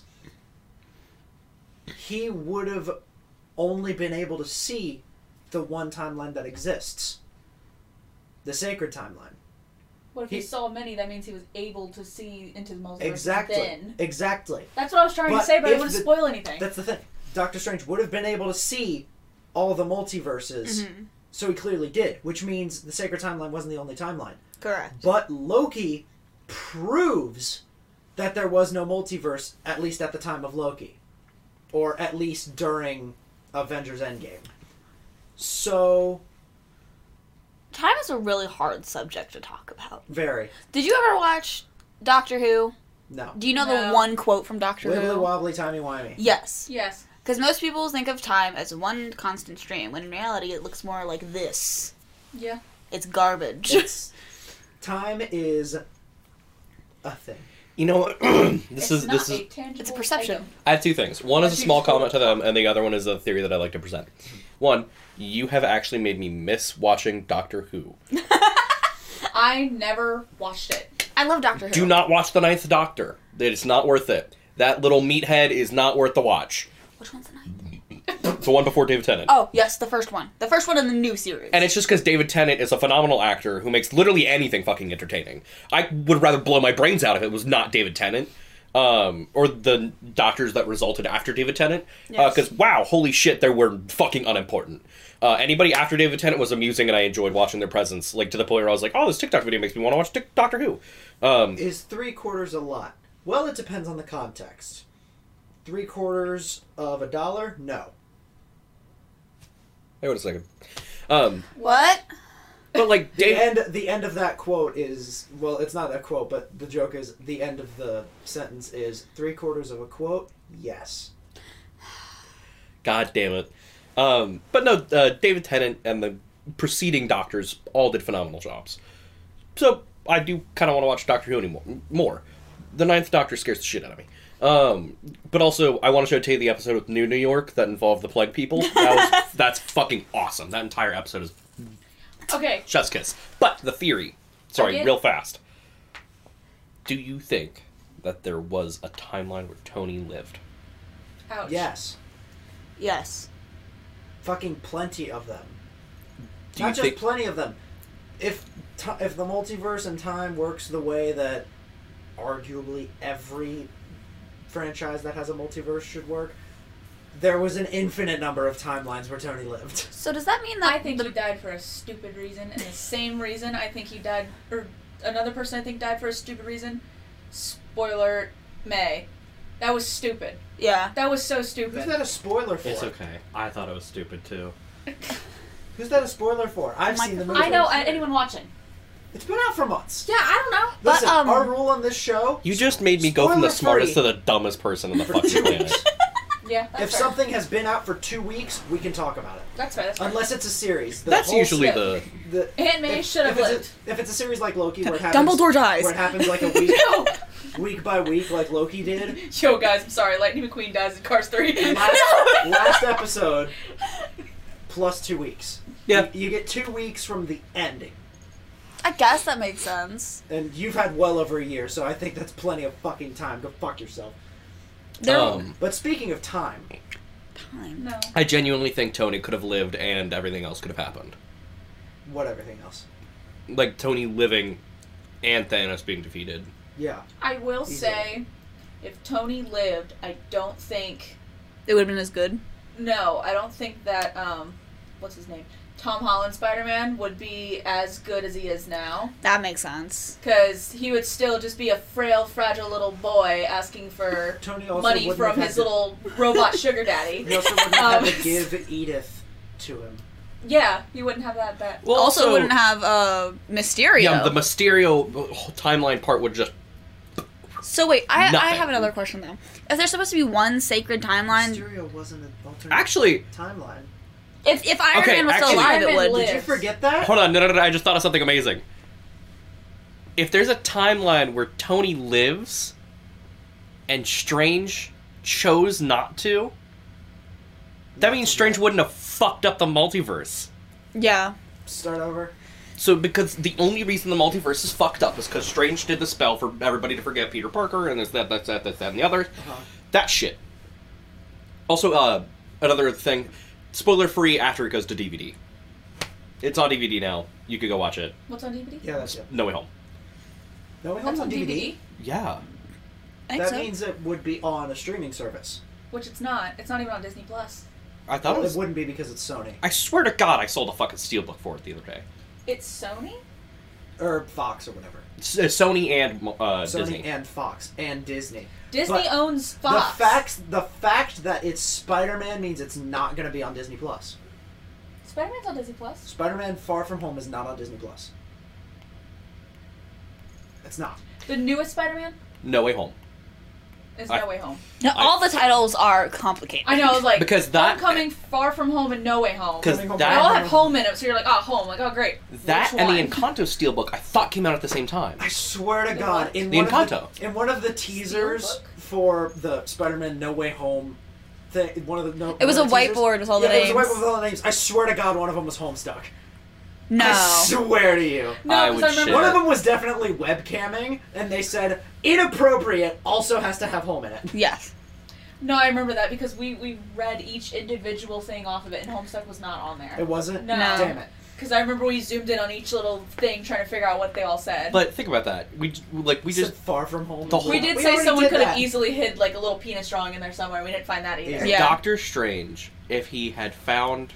he would have only been able to see the one timeline that exists the sacred timeline.
What if he,
He-
saw many? That means he was able to see into the multiverse.
Exactly.
Then
Exactly.
that's what I was trying
But
to say, but it
if
wouldn't
the-
spoil anything.
That's the thing. Doctor Strange would have been able to see all the multiverses, so he clearly did, which means the sacred timeline wasn't the only timeline.
Correct.
But Loki proves that there was no multiverse, at least at the time of Loki, or at least during Avengers Endgame. So
Time is a really hard subject to talk about.
very
Did you ever watch Doctor Who?
no
Do you know the
No.
one quote from Doctor
wibbly
Who?
wobbly timey wimey.
Yes.
yes.
Because most people think of time as one constant stream, when in reality it looks more like this.
Yeah.
It's garbage.
It's time is a thing.
You know what? this
It's
is
not
this
a
is.
tangible
It's a perception.
item.
I have two things. One is a
Why don't you
small
just go
comment to them, and the other one is a theory that I like to present. One, you have actually made me miss watching Doctor Who.
I never watched it.
I love Doctor Who.
Do not watch the Ninth Doctor. It's not worth it. That little meathead is not worth the watch.
Which one's the ninth?
It's the one before David Tennant.
Oh, yes, the first one. The first one in the new series.
And it's just because David Tennant is a phenomenal actor who makes literally anything fucking entertaining. I would rather blow my brains out if it was not David Tennant, um, or the doctors that resulted after David Tennant.
Yes.
Because wow, holy shit, they were fucking unimportant. Uh, anybody after David Tennant was amusing, and I enjoyed watching their presence. Like to the point where I was like, "Oh, this TikTok video makes me want to watch Tic- Doctor Who." Um,
Is three quarters a lot? Well, it depends on the context. Three quarters of a dollar? No.
wait a second. Um,
what?
but like
The
David,
end. The end of that quote is well, it's not a quote, but the joke is the end of the sentence is three quarters of a quote. Yes.
God damn it. Um, but no, uh, David Tennant and the preceding doctors all did phenomenal jobs. So I do kind of want to watch Doctor Who anymore. More, the Ninth Doctor scares the shit out of me. Um, but also I want to show Tay the episode with New New York that involved the plague people. That was, that's fucking awesome. That entire episode is
Okay.
chef's kiss. But the theory, sorry,
Okay.
real fast. Do you think that there was a timeline where Tony lived?
Ouch.
Yes.
Yes.
Fucking plenty of them.
Do
not
you
just
think
plenty of them. If ti if the multiverse and time works the way that arguably every franchise that has a multiverse should work, there was an infinite number of timelines where Tony lived.
So does that mean that
I think
the-
he died for a stupid reason, and the same reason I think he died, or another person I think died for a stupid reason. Spoiler, May. That was stupid.
yeah.
That was so
Who's
stupid.
that a spoiler for?
okay. I thought it was stupid too.
Who's that a spoiler for? I've seen the movie.
Oh I know. I, anyone watching?
It's been out for months.
Yeah, I don't know.
But,
Listen,
um,
our rule on this show:
You just made me go from the
Spoiler free.
smartest to the dumbest person on the
For
fucking
two
planet.
weeks.
Yeah, that's
if
fair.
something has been out for two weeks, we can talk about it.
That's fair. That's fair.
Unless it's a series. The
That's
whole
usually
shit.
the.
The,
Aunt May
if-
should have
if it's a-
lived.
If it's a series like Loki, where it happens,
Dumbledore dies.
where it happens like a week,
No.
week by week, like Loki did.
Yo, guys, I'm sorry. Lightning McQueen dies in Cars 3.
Last, last episode, plus two weeks.
Yeah.
You, you get two weeks from the ending,
I guess that makes sense.
and you've had well over a year, so I think that's plenty of fucking time. Go fuck yourself.
There
Um,
But speaking of time,
time.
no.
I genuinely think Tony could have lived and everything else could have happened.
what everything else?
Like Tony living and Thanos being defeated.
Yeah.
I will
Easily.
say, if Tony lived, I don't think.
It would have been as good.
No, I don't think that. Um, what's his name? Tom Holland Spider Man would be as good as he is now.
That makes sense.
Because he would still just be a frail, fragile little boy asking for
Tony also
money
wouldn't
from
have had
his
to-
little robot sugar daddy.
He also wouldn't have had
Um,
to give Edith to him.
Yeah, he wouldn't have that. that.
Well,
also, wouldn't have uh, Mysterio.
Yeah, the Mysterio timeline part would just.
so wait, I, I
Nothing.
have another question though. Is there supposed to be one sacred timeline?
Mysterio wasn't an alternate
Actually,
timeline.
If if Iron
Okay,
Man was still
actually-
alive,
Iron
it
Man
would.
lived.
Did you forget that?
hold on. No, no, no, no. I just thought of something amazing. If there's a timeline where Tony lives and Strange chose not to, that means Strange wouldn't have fucked up the multiverse.
Yeah.
Start over.
So, because the only reason the multiverse is fucked up is because Strange did the spell for
Oh,
everybody to forget Peter Parker, and there's that, that's that, that's that, and the other. That shit. Also, uh, another thing, spoiler free after it goes to DVD. It's on DVD now. You could go watch it.
What's on DVD?
Yeah, that's it.
No Way Home.
No Way Home's
That's on DVD,
Yeah.
I think
That
so.
means it would be on a streaming service.
which it's not. It's not even on Disney Plus.
I
Well,
thought it
it
was.
wouldn't be because it's Sony
I swear to God, I sold a fucking steelbook for it the other day.
It's Sony.
or Fox or whatever.
S- uh, Sony and uh,
Sony
Disney.
and Fox and Disney.
Disney
But
owns Fox.
The fact the fact that it's Spider-Man means it's not going to be on Disney Plus.
Spider-Man's on Disney Plus.
Spider-Man: Far From Home is not on Disney Plus. It's not.
The newest Spider-Man
no Way Home.
is
I-
No Way Home.
Now,
I-
all the titles are complicated.
I know, like
Because that-
Homecoming, Far From Home, and No Way Home.
Because
Coming home
They
from
all
that,
have home in it, so you're like, oh, home. Like, oh, great.
that
Which
and
one?
the Encanto steelbook I thought came out at the same time.
I swear to
The
God,
what?
in
The
one of
Encanto.
the, in one of the teasers
Steelbook?
for the Spider-Man: No Way Home. Thing, one of the no,
It was
one
a
of the teasers-
whiteboard with all the
yeah, It was
names.
a whiteboard with all the names. I swear to God, one of them was Homestuck. I
no.
swear to you.
I
No,
would
because I, remember
shit.
One of them was definitely webcamming, and they said inappropriate also has to have home in it.
Yes.
No, I remember that because we we read each individual thing off of it, and Homestuck was not on there.
It wasn't.
No.
Damn it.
Because I remember we zoomed in on each little thing trying to figure out what they all said.
But think about that. We j- like we
We just
just
far from home.
The whole-
we did
We
say
already
someone
did
could have
that.
easily hid like a little penis drawing in there somewhere. We didn't find that either.
Yeah.
Doctor Strange if he had found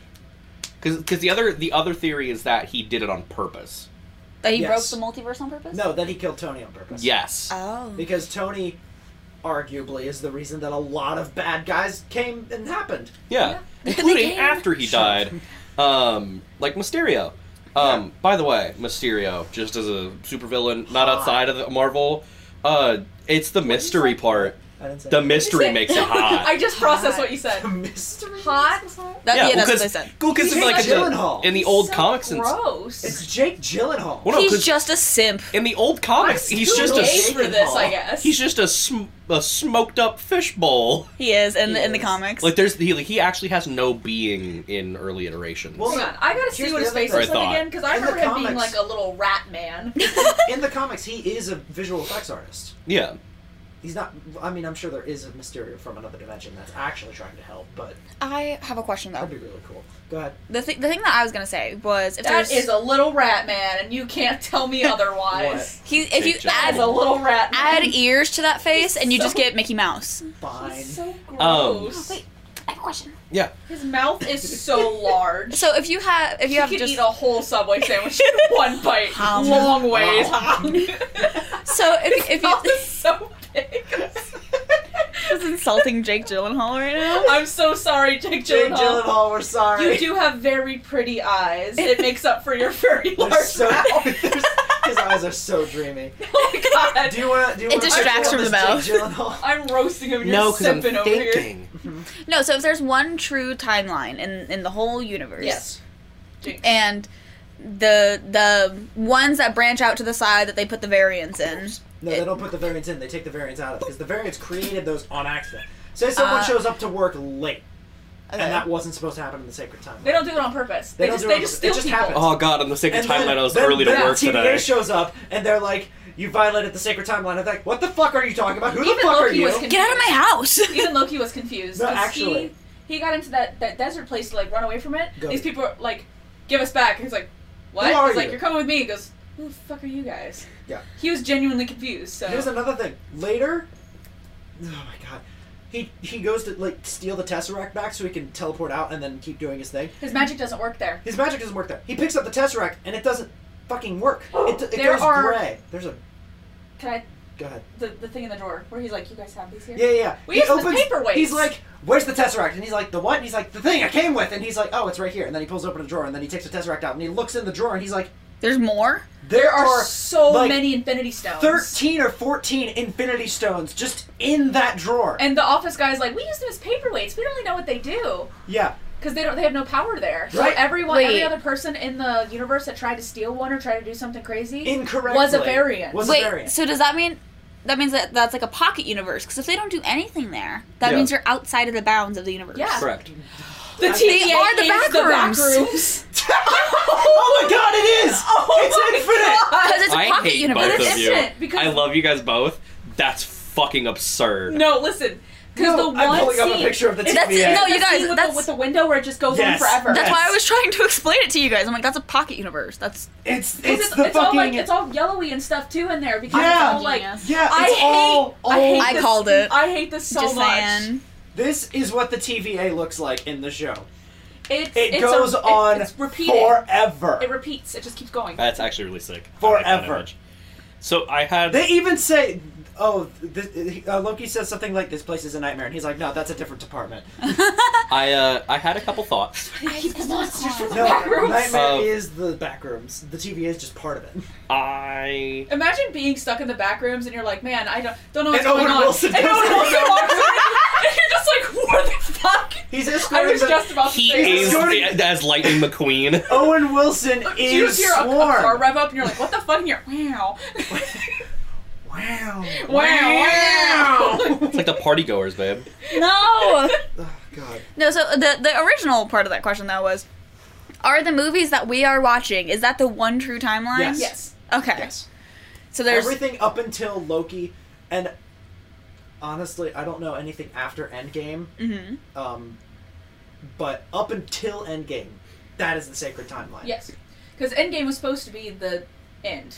because the other the other theory is that he did it on purpose.
That he
Yes.
broke the multiverse on purpose?
No, that he killed Tony on purpose.
Yes.
Oh.
Because Tony, arguably, is the reason that a lot of bad guys came and happened.
Yeah.
They
Including
came.
after he died. Um like Mysterio. Um by the way, Mysterio just as a supervillain not
Hot.
outside of the Marvel uh it's the mystery part.
I didn't say
The
that.
mystery makes it
I
hot.
just processed
Hot.
what you said.
The mystery.
Hot.
That, yeah, that's
well,
what
'cause-
they said.
well, 'cause
He's
like
like
in the,
Gyllenhaal.
in the old
So
comics and s-
gross.
It's Jake Gyllenhaal.
Well, no,
He's
'cause-
just a simp.
in the old comics
I'm
he's
too
just a
gay
s-
for this, I
Gyllenhaal.
guess.
he's just a, sm- a smoked up fishbowl.
He is in the in the
He is.
comics.
Like there's he, like, he actually has no being in early iterations.
Well,
Hang on, I gotta see
Here's
what
the
his
other
face
thing.
looks
Or I
like
thought.
again because I
In the
remember him being
comics.
like a little rat man.
In the comics, he is a visual effects artist.
yeah,
He's not. I mean, I'm sure there is a Mysterio from another dimension that's actually trying to help, but
I have a question though.
that'd be really cool. Go ahead.
The, th- the thing that I was gonna say was if
that
there's
is a little rat man, and you can't tell me otherwise.
he, if you
Jake
add
That's a little rat man.
add ears to that face and you just get Mickey Mouse.
Fine.
He's so gross.
wait. I have a question.
yeah.
His mouth is so large.
So if you have if you
You
have
could
just
eat a whole Subway sandwich in one bite,
Hum.
long ways.
so if if
His mouth
you
is so big.
is insulting Jake Gyllenhaal right now.
I'm so sorry, Jake
Jake
Gyllenhaal.
Gyllenhaal, we're sorry.
You do have very pretty eyes. It makes up for your very
They're
large
so,
mouth.
his eyes are so dreamy.
oh my god.
Do you want to? Do you
It
wanna-
distracts
I
from the
want this Jake Gyllenhaal.
I'm roasting him. You're
No, because I'm
sipping over here.
thinking.
No, so if there's one true timeline in in the whole universe,
Yes. Jinx.
and the the ones that branch out to the side that they put the variants in.
No, they don't put the variants in. They take the variants out of it because the variants created those on accident. Say someone
Uh,
shows up to work late,
Okay.
and that wasn't supposed to happen in the sacred time.
They don't do it on purpose. They,
They don't
just
do it
they
on purpose.
just
It
steal
just
people.
happens.
Oh god, on the sacred timeline, I was early to
then
work
TVA
today.
shows up, and they're like, "You violated the sacred timeline." I'm like, "What the fuck are you talking about? Who the
Even
fuck
Loki was
are you?"
con-
Get out of my house.
Even Loki was confused.
No,
'cause
actually.
he, he got into that, that desert place to like run away from it.
Go.
These people are like, "Give us back." He's like, "What?"
Who are
He's like,
you?
"You're coming with me." He goes, "Who the fuck are you guys?"
Yeah.
He was genuinely confused. So
Here's another thing. Later, oh my god, he he goes to like steal the tesseract back so he can teleport out and then keep doing his thing.
his magic doesn't work there.
His magic doesn't work there. He picks up the Tesseract and it doesn't fucking work. It, it
There
goes
are-
gray. There's a.
Can I?
Go ahead.
The, the thing in the drawer where he's like, "You guys have these here."
Yeah, yeah, yeah.
We use them as paperweights.
He's like, where's the Tesseract? And he's like, the what? And he's like, the thing I came with. And he's like, oh, it's right here. And then he pulls open a drawer and then he takes the Tesseract out and he looks in the drawer and he's like,
There's more.
there
There
are
are so
like,
many Infinity Stones.
13 or 14 Infinity Stones just in that drawer.
And the office guy's like, "We use them as paperweights. We don't really know what they do."
yeah.
Because they don't, they have no power there. So
Right.
everyone, every
Wait.
other person in the universe that tried to steal one or tried to do something crazy
Incorrectly.
was a variant.
Was a
Wait,
variant.
so does that mean that means that that's like a pocket universe? Because if they don't do anything there, that
Yeah.
means you're outside of the bounds of the universe.
Yeah.
Correct.
the
I-
TVA
They are the
is
back rooms.
rooms.
oh my god, it is!
Oh
it's infinite!
Because it's a
I
pocket
hate
universe.
both
It's
of you.
different because-
I love you guys both. That's fucking absurd.
No, listen. Because
No,
the
I'm
one
pulling
scene,
up a picture of the TV
That's-
ad.
no, you
the
guys,
scene with,
that's-
the, with the window where it just goes
Yes.
on forever.
That's
Yes.
why I was trying to explain it to you guys. I'm like, that's a pocket universe. That's
It's it's,
'Cause
the
all
fucking
like it's all yellowy and stuff too in there because
Yeah.
it's all like
Genius.
yeah. It's
I hate,
all all.
I hate
I
this-
called it.
I hate this so
just
much.
saying.
This is what the TVA looks like in the show.
It's,
It
it's
goes
a, it-
on
it's repeating.
forever.
It repeats. It just keeps going.
That's actually really sick. I like that
Forever.
image. So I had
They even say, "Oh, th- uh, Loki says something like this place is a nightmare," and he's like, "No, that's a different department.
I uh I had a couple thoughts.
I hate the monsters from the
No,
back rooms.
nightmare
Uh,
is the back rooms. The TVA is just part of it."
I
Imagine being stuck in the back rooms and you're like, man, I don't don't know what's
And
going
Owen
on.
Wilson
and Owen
doesn't
Wilson
know.
walks in, and you're just like, what the fuck?
He's
I
escorting
was
the-
just about to
he
say
is
that.
Jordan-
as Lightning McQueen.
Owen Wilson
You
is
just hear a, a car
sworn.
rev up and you're like, what the fuck? And you're wow,
Wow.
wow, wow.
It's like the party goers, babe.
No.
Oh, God.
no. So the the original part of that question though was, are the movies that we are watching is that the one true timeline?
Yes.
yes,
Okay.
Yes.
So there's
Everything up until Loki, and honestly, I don't know anything after Endgame.
Mhm.
Mm-hmm.
Um, but up until Endgame, that is the sacred timeline.
yes, because Endgame was supposed to be the end.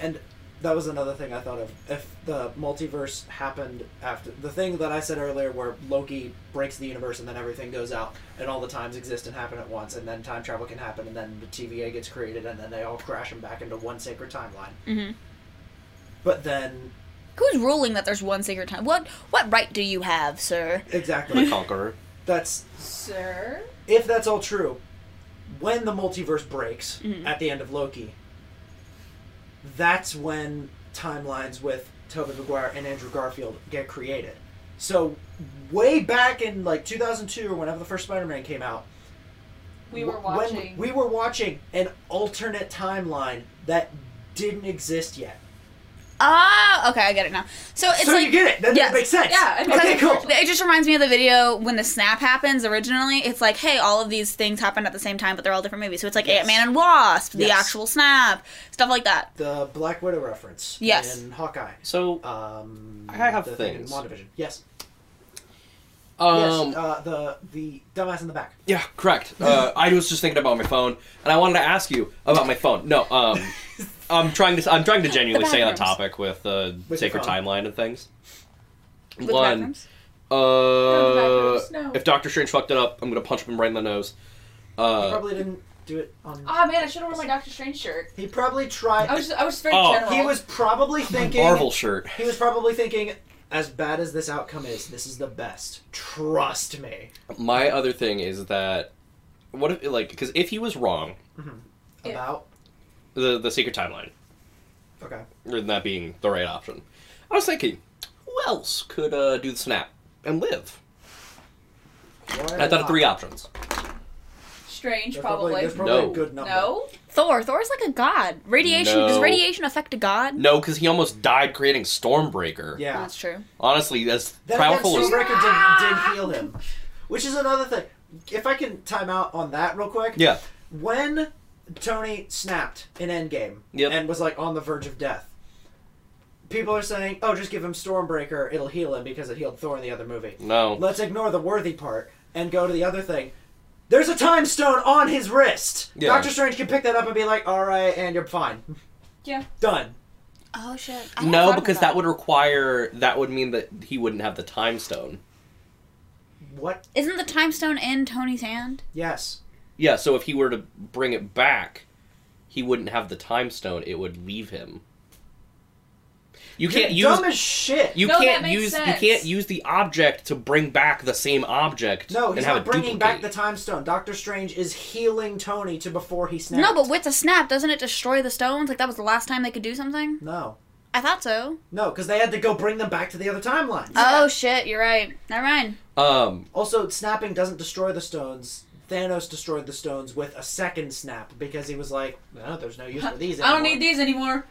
And that was another thing I thought of. If the multiverse happened after the thing that I said earlier, where Loki breaks the universe and then everything goes out, and all the times exist and happen at once, and then time travel can happen, and then the TVA gets created, and then they all crash them back into one sacred timeline.
Mhm.
But then,
who's ruling that there's one sacred time? What what right do you have, sir?
The
exactly,
Conqueror.
that's
Sir,
if that's all true. When the multiverse breaks
Mm-hmm.
at the end of Loki, that's when timelines with Tobey Maguire and Andrew Garfield get created. So way back in like 2002 or whenever the first Spider-Man came out,
we were
wh- when
watching.
we were watching an alternate timeline that didn't exist yet.
Ah, okay, I get it now. So it's
so
like
you get it. That,
yes.
that makes sense.
Yeah, it makes
Okay,
sense.
cool.
It just reminds me of the video when the snap happens originally. It's like, hey, all of these things happen at the same time, but they're all different movies. So it's like
Yes.
Ant Man and Wasp, the
Yes.
actual snap, stuff like that.
The Black Widow reference.
Yes.
In Hawkeye.
So
Um,
I have
the thing in
things.
WandaVision. Yes.
um
yes. Uh, the the dumbass in the back.
yeah, correct. Uh, I was just thinking about my phone, and I wanted to ask you about my phone. No, um, I'm trying to I'm trying to genuinely
The
stay on
bathrooms.
topic with uh,
With your
sacred
phone.
timeline and things.
With
One,
bathrooms.
uh,
bathrooms, no.
if Doctor Strange fucked it up, I'm gonna punch him right in the nose.
He
Uh,
probably didn't do it on.
Ah man, I should have worn my Doctor Strange shirt.
he probably tried.
I was just, I was very
Oh.
general.
he was probably thinking.
Marvel shirt.
He was probably thinking, as bad as this outcome is, this is the best. Trust me.
My other thing is that what if like because if he was wrong,
Yeah.
About
the the secret timeline,
okay.
or that being the right option, I was thinking, who else could uh, do the snap and live?
Why
And I thought of
not?
three options.
strange,
There's
probably.
There's probably
No.
a good number.
no,
Thor. Thor's like a god. Radiation. Does
No.
radiation affect a god? Oh,
No, because he almost died creating Stormbreaker.
Yeah.
That's true.
Honestly, that's
That, that
powerful
Soul
as.
record did, did heal him, which is another thing. If I can time out on that real quick.
Yeah.
When Tony snapped in Endgame
Yep.
and was like on the verge of death, people are saying, "Oh, just give him Stormbreaker; it'll heal him because it healed Thor in the other movie."
No.
Let's ignore the worthy part and go to the other thing. There's a time stone on his wrist.
Yeah.
Doctor Strange can pick that up and be like, "All right, and you're fine."
Yeah.
Done.
Oh shit. I
No,
thought about
because that would require that would mean that he wouldn't have the time stone.
What?
Isn't the time stone in Tony's hand?
Yes.
Yeah, so if he were to bring it back, he wouldn't have the time stone. It would leave him. You can't
You're
use
dumb as shit.
you
No, that
can't
makes
use
sense.
you can't use the object to bring back the same object.
No,
and
he's
have
not
it
bringing back the
duplicate.
time stone. Doctor Strange is healing Tony to before he snapped.
No, but with a snap, doesn't it destroy the stones? Like that was the last time they could do something.
no,
I thought so.
no, because they had to go bring them back to the other timeline.
Oh shit. You're right. Never mind.
um.
also, snapping doesn't destroy the stones. Thanos destroyed the stones with a second snap because he was like, "No, there's no use for these."
I don't
anymore."
need these anymore.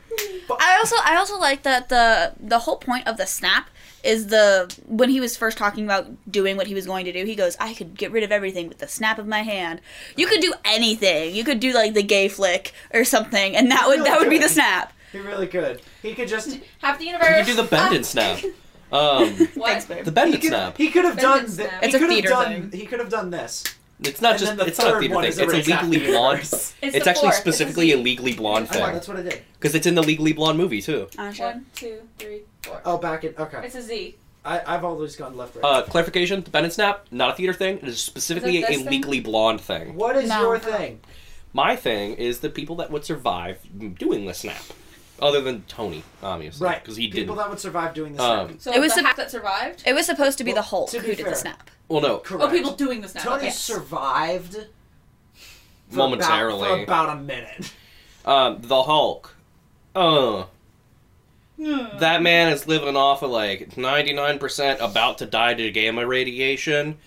I also I also like that the the whole point of the snap is the when he was first talking about doing what he was going to do, he goes, I could get rid of everything with the snap of my hand. You could do anything. You could do like the gay flick or something, and that would that would be the snap.
He really could. He could just
Half the
You
universe. Ah.
do the bend and snap. Um,
What?
Thanks, babe.
the Bendit
he could,
Snap.
He could have done.
Bendit
Th-
Snap.
he
It's a
could have
theater
done.
thing.
He could have done this.
It's not
And
just.
then the
it's not a
third
theater
one
thing.
is
It's a
already
legally
happening.
blonde.
It's
It's,
the
actually
fourth.
specifically a legally blonde
Oh,
thing
that's what I did.
because it's in the legally blonde movie too.
Oh, shit.
One, two, three, four.
Oh, back in. Okay.
It's a Z.
I, I've always gone left right.
Uh, clarification: The Bennett Snap, not a theater thing. It is specifically
Is it
a
this thing?
legally blonde thing.
what is
no.
your thing?
My thing is the people that would survive doing the snap, other than Tony, obviously,
Right.
because he
People
didn't.
that would survive doing this.
Um,
So
It was
the
the-
half that survived.
It was supposed to be
Well,
the Hulk
to be
who did
fair,
the snap.
well, no,
correct.
Oh, people doing this now.
Tony
okay.
Yes.
survived. for
momentarily.
About, for about a minute.
Um, the Hulk. Uh,
Hmm.
that man is living off of like 99% about to die to gamma radiation,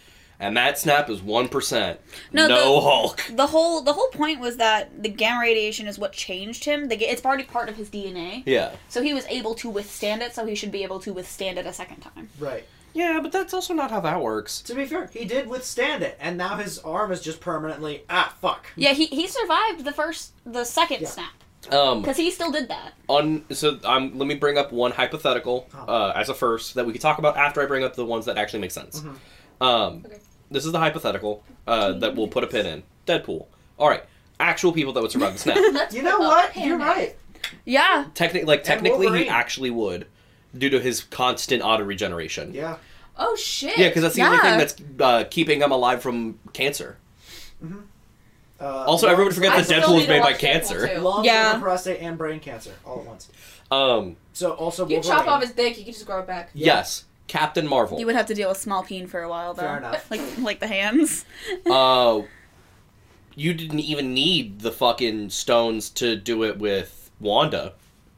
and that snap is 1%. No,
No, the-
Hulk.
The whole the whole point was that the gamma radiation is what changed him. The, ga- it's already part of his DNA,
Yeah.
so he was able to withstand it. So he should be able to withstand it a second time.
Right.
Yeah, but that's also not how that works.
To be fair, he did withstand it, and now his arm is just permanently ah fuck.
Yeah, he, he survived the first the second
Yeah.
snap
Um,
because he still did that.
on so um, let me bring up one hypothetical
Oh.
uh, as a first that we could talk about after I bring up the ones that actually make sense.
Mm-hmm.
Um,
Okay.
This is the hypothetical uh, that we'll put a pin in. Deadpool. All right, actual people that would survive the snap.
Let's
You know
put a
what?
pin
You're
in it.
right.
Yeah,
Technically, like technically, he
Wolverine.
actually would, due to his constant auto regeneration.
Yeah.
Oh shit.
Yeah, because that's the only
Yeah.
thing that's uh, keeping him alive from cancer.
Uh,
Also,
lung-
everyone forget
I
that
still
Deadpool
need
was
to
made by
watch Deadpool
cancer.
too.
Lung,
Yeah.
liver, prostate, and brain cancer all at once.
Um,
So also,
You
Wolverine,
chop off his dick, you can just grow it back.
Yeah.
yes, Captain Marvel.
you would have to deal with small peen for a while though.
Fair enough.
Like like the hands.
Uh, you didn't even need the fucking stones to do it with Wanda.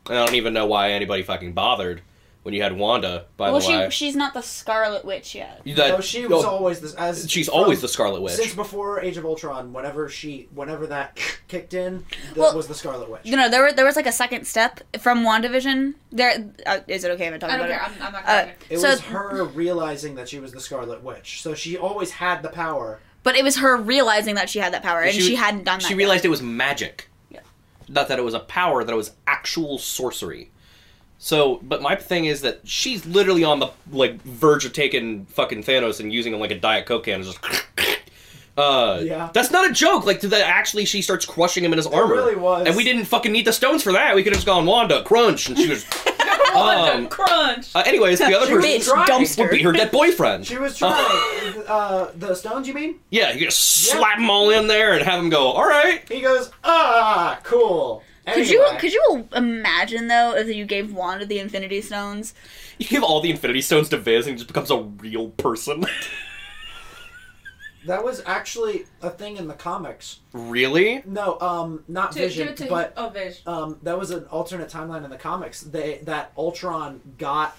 And I don't even know why anybody fucking bothered when you had Wanda. By
well,
the way,
she she's not the Scarlet Witch yet.
that,
No, she was
oh,
always this. As
she's
from-
always the Scarlet Witch.
Since before Age of Ultron, whenever she, whenever that kicked in, that
Well-
was the Scarlet Witch.
No, no, there were, there was like a second step from Wandavision. There uh, is it okay if I talk
I
about
don't
it?
care. I'm, I'm not gonna.
Uh,
It
so,
was her realizing that she was the Scarlet Witch, so she always had the power.
but it was her realizing that she had that power, and she, hadn't done that.
She
yet.
realized it was magic.
Yeah.
Not that it was a power, that it was actual sorcery. So, but my thing is that she's literally on the like verge of taking fucking Thanos and using him like a diet coke can and just. Uh,
Yeah.
That's not a joke. Like, to the, actually, she starts crushing him in his armor.
really was.
And we didn't fucking need the stones for that. We could have just gone Wanda crunch, and she was. um,
crunch.
uh, anyways, the other
She was
person
trying.
would be her dead boyfriend.
She was trying. uh, the stones, you mean?
yeah, you just
Yeah.
slap them all in there and have them go. All right.
He goes, ah, cool.
Could
Anyway,
you could you imagine though if you gave Wanda the Infinity Stones?
You give all the Infinity Stones to Viz and he just becomes a real person.
that was actually a thing in the comics.
really?
No, um, not
To,
Vision,
give it to
but
oh, Vish.
um, that was an alternate timeline in the comics. They that Ultron got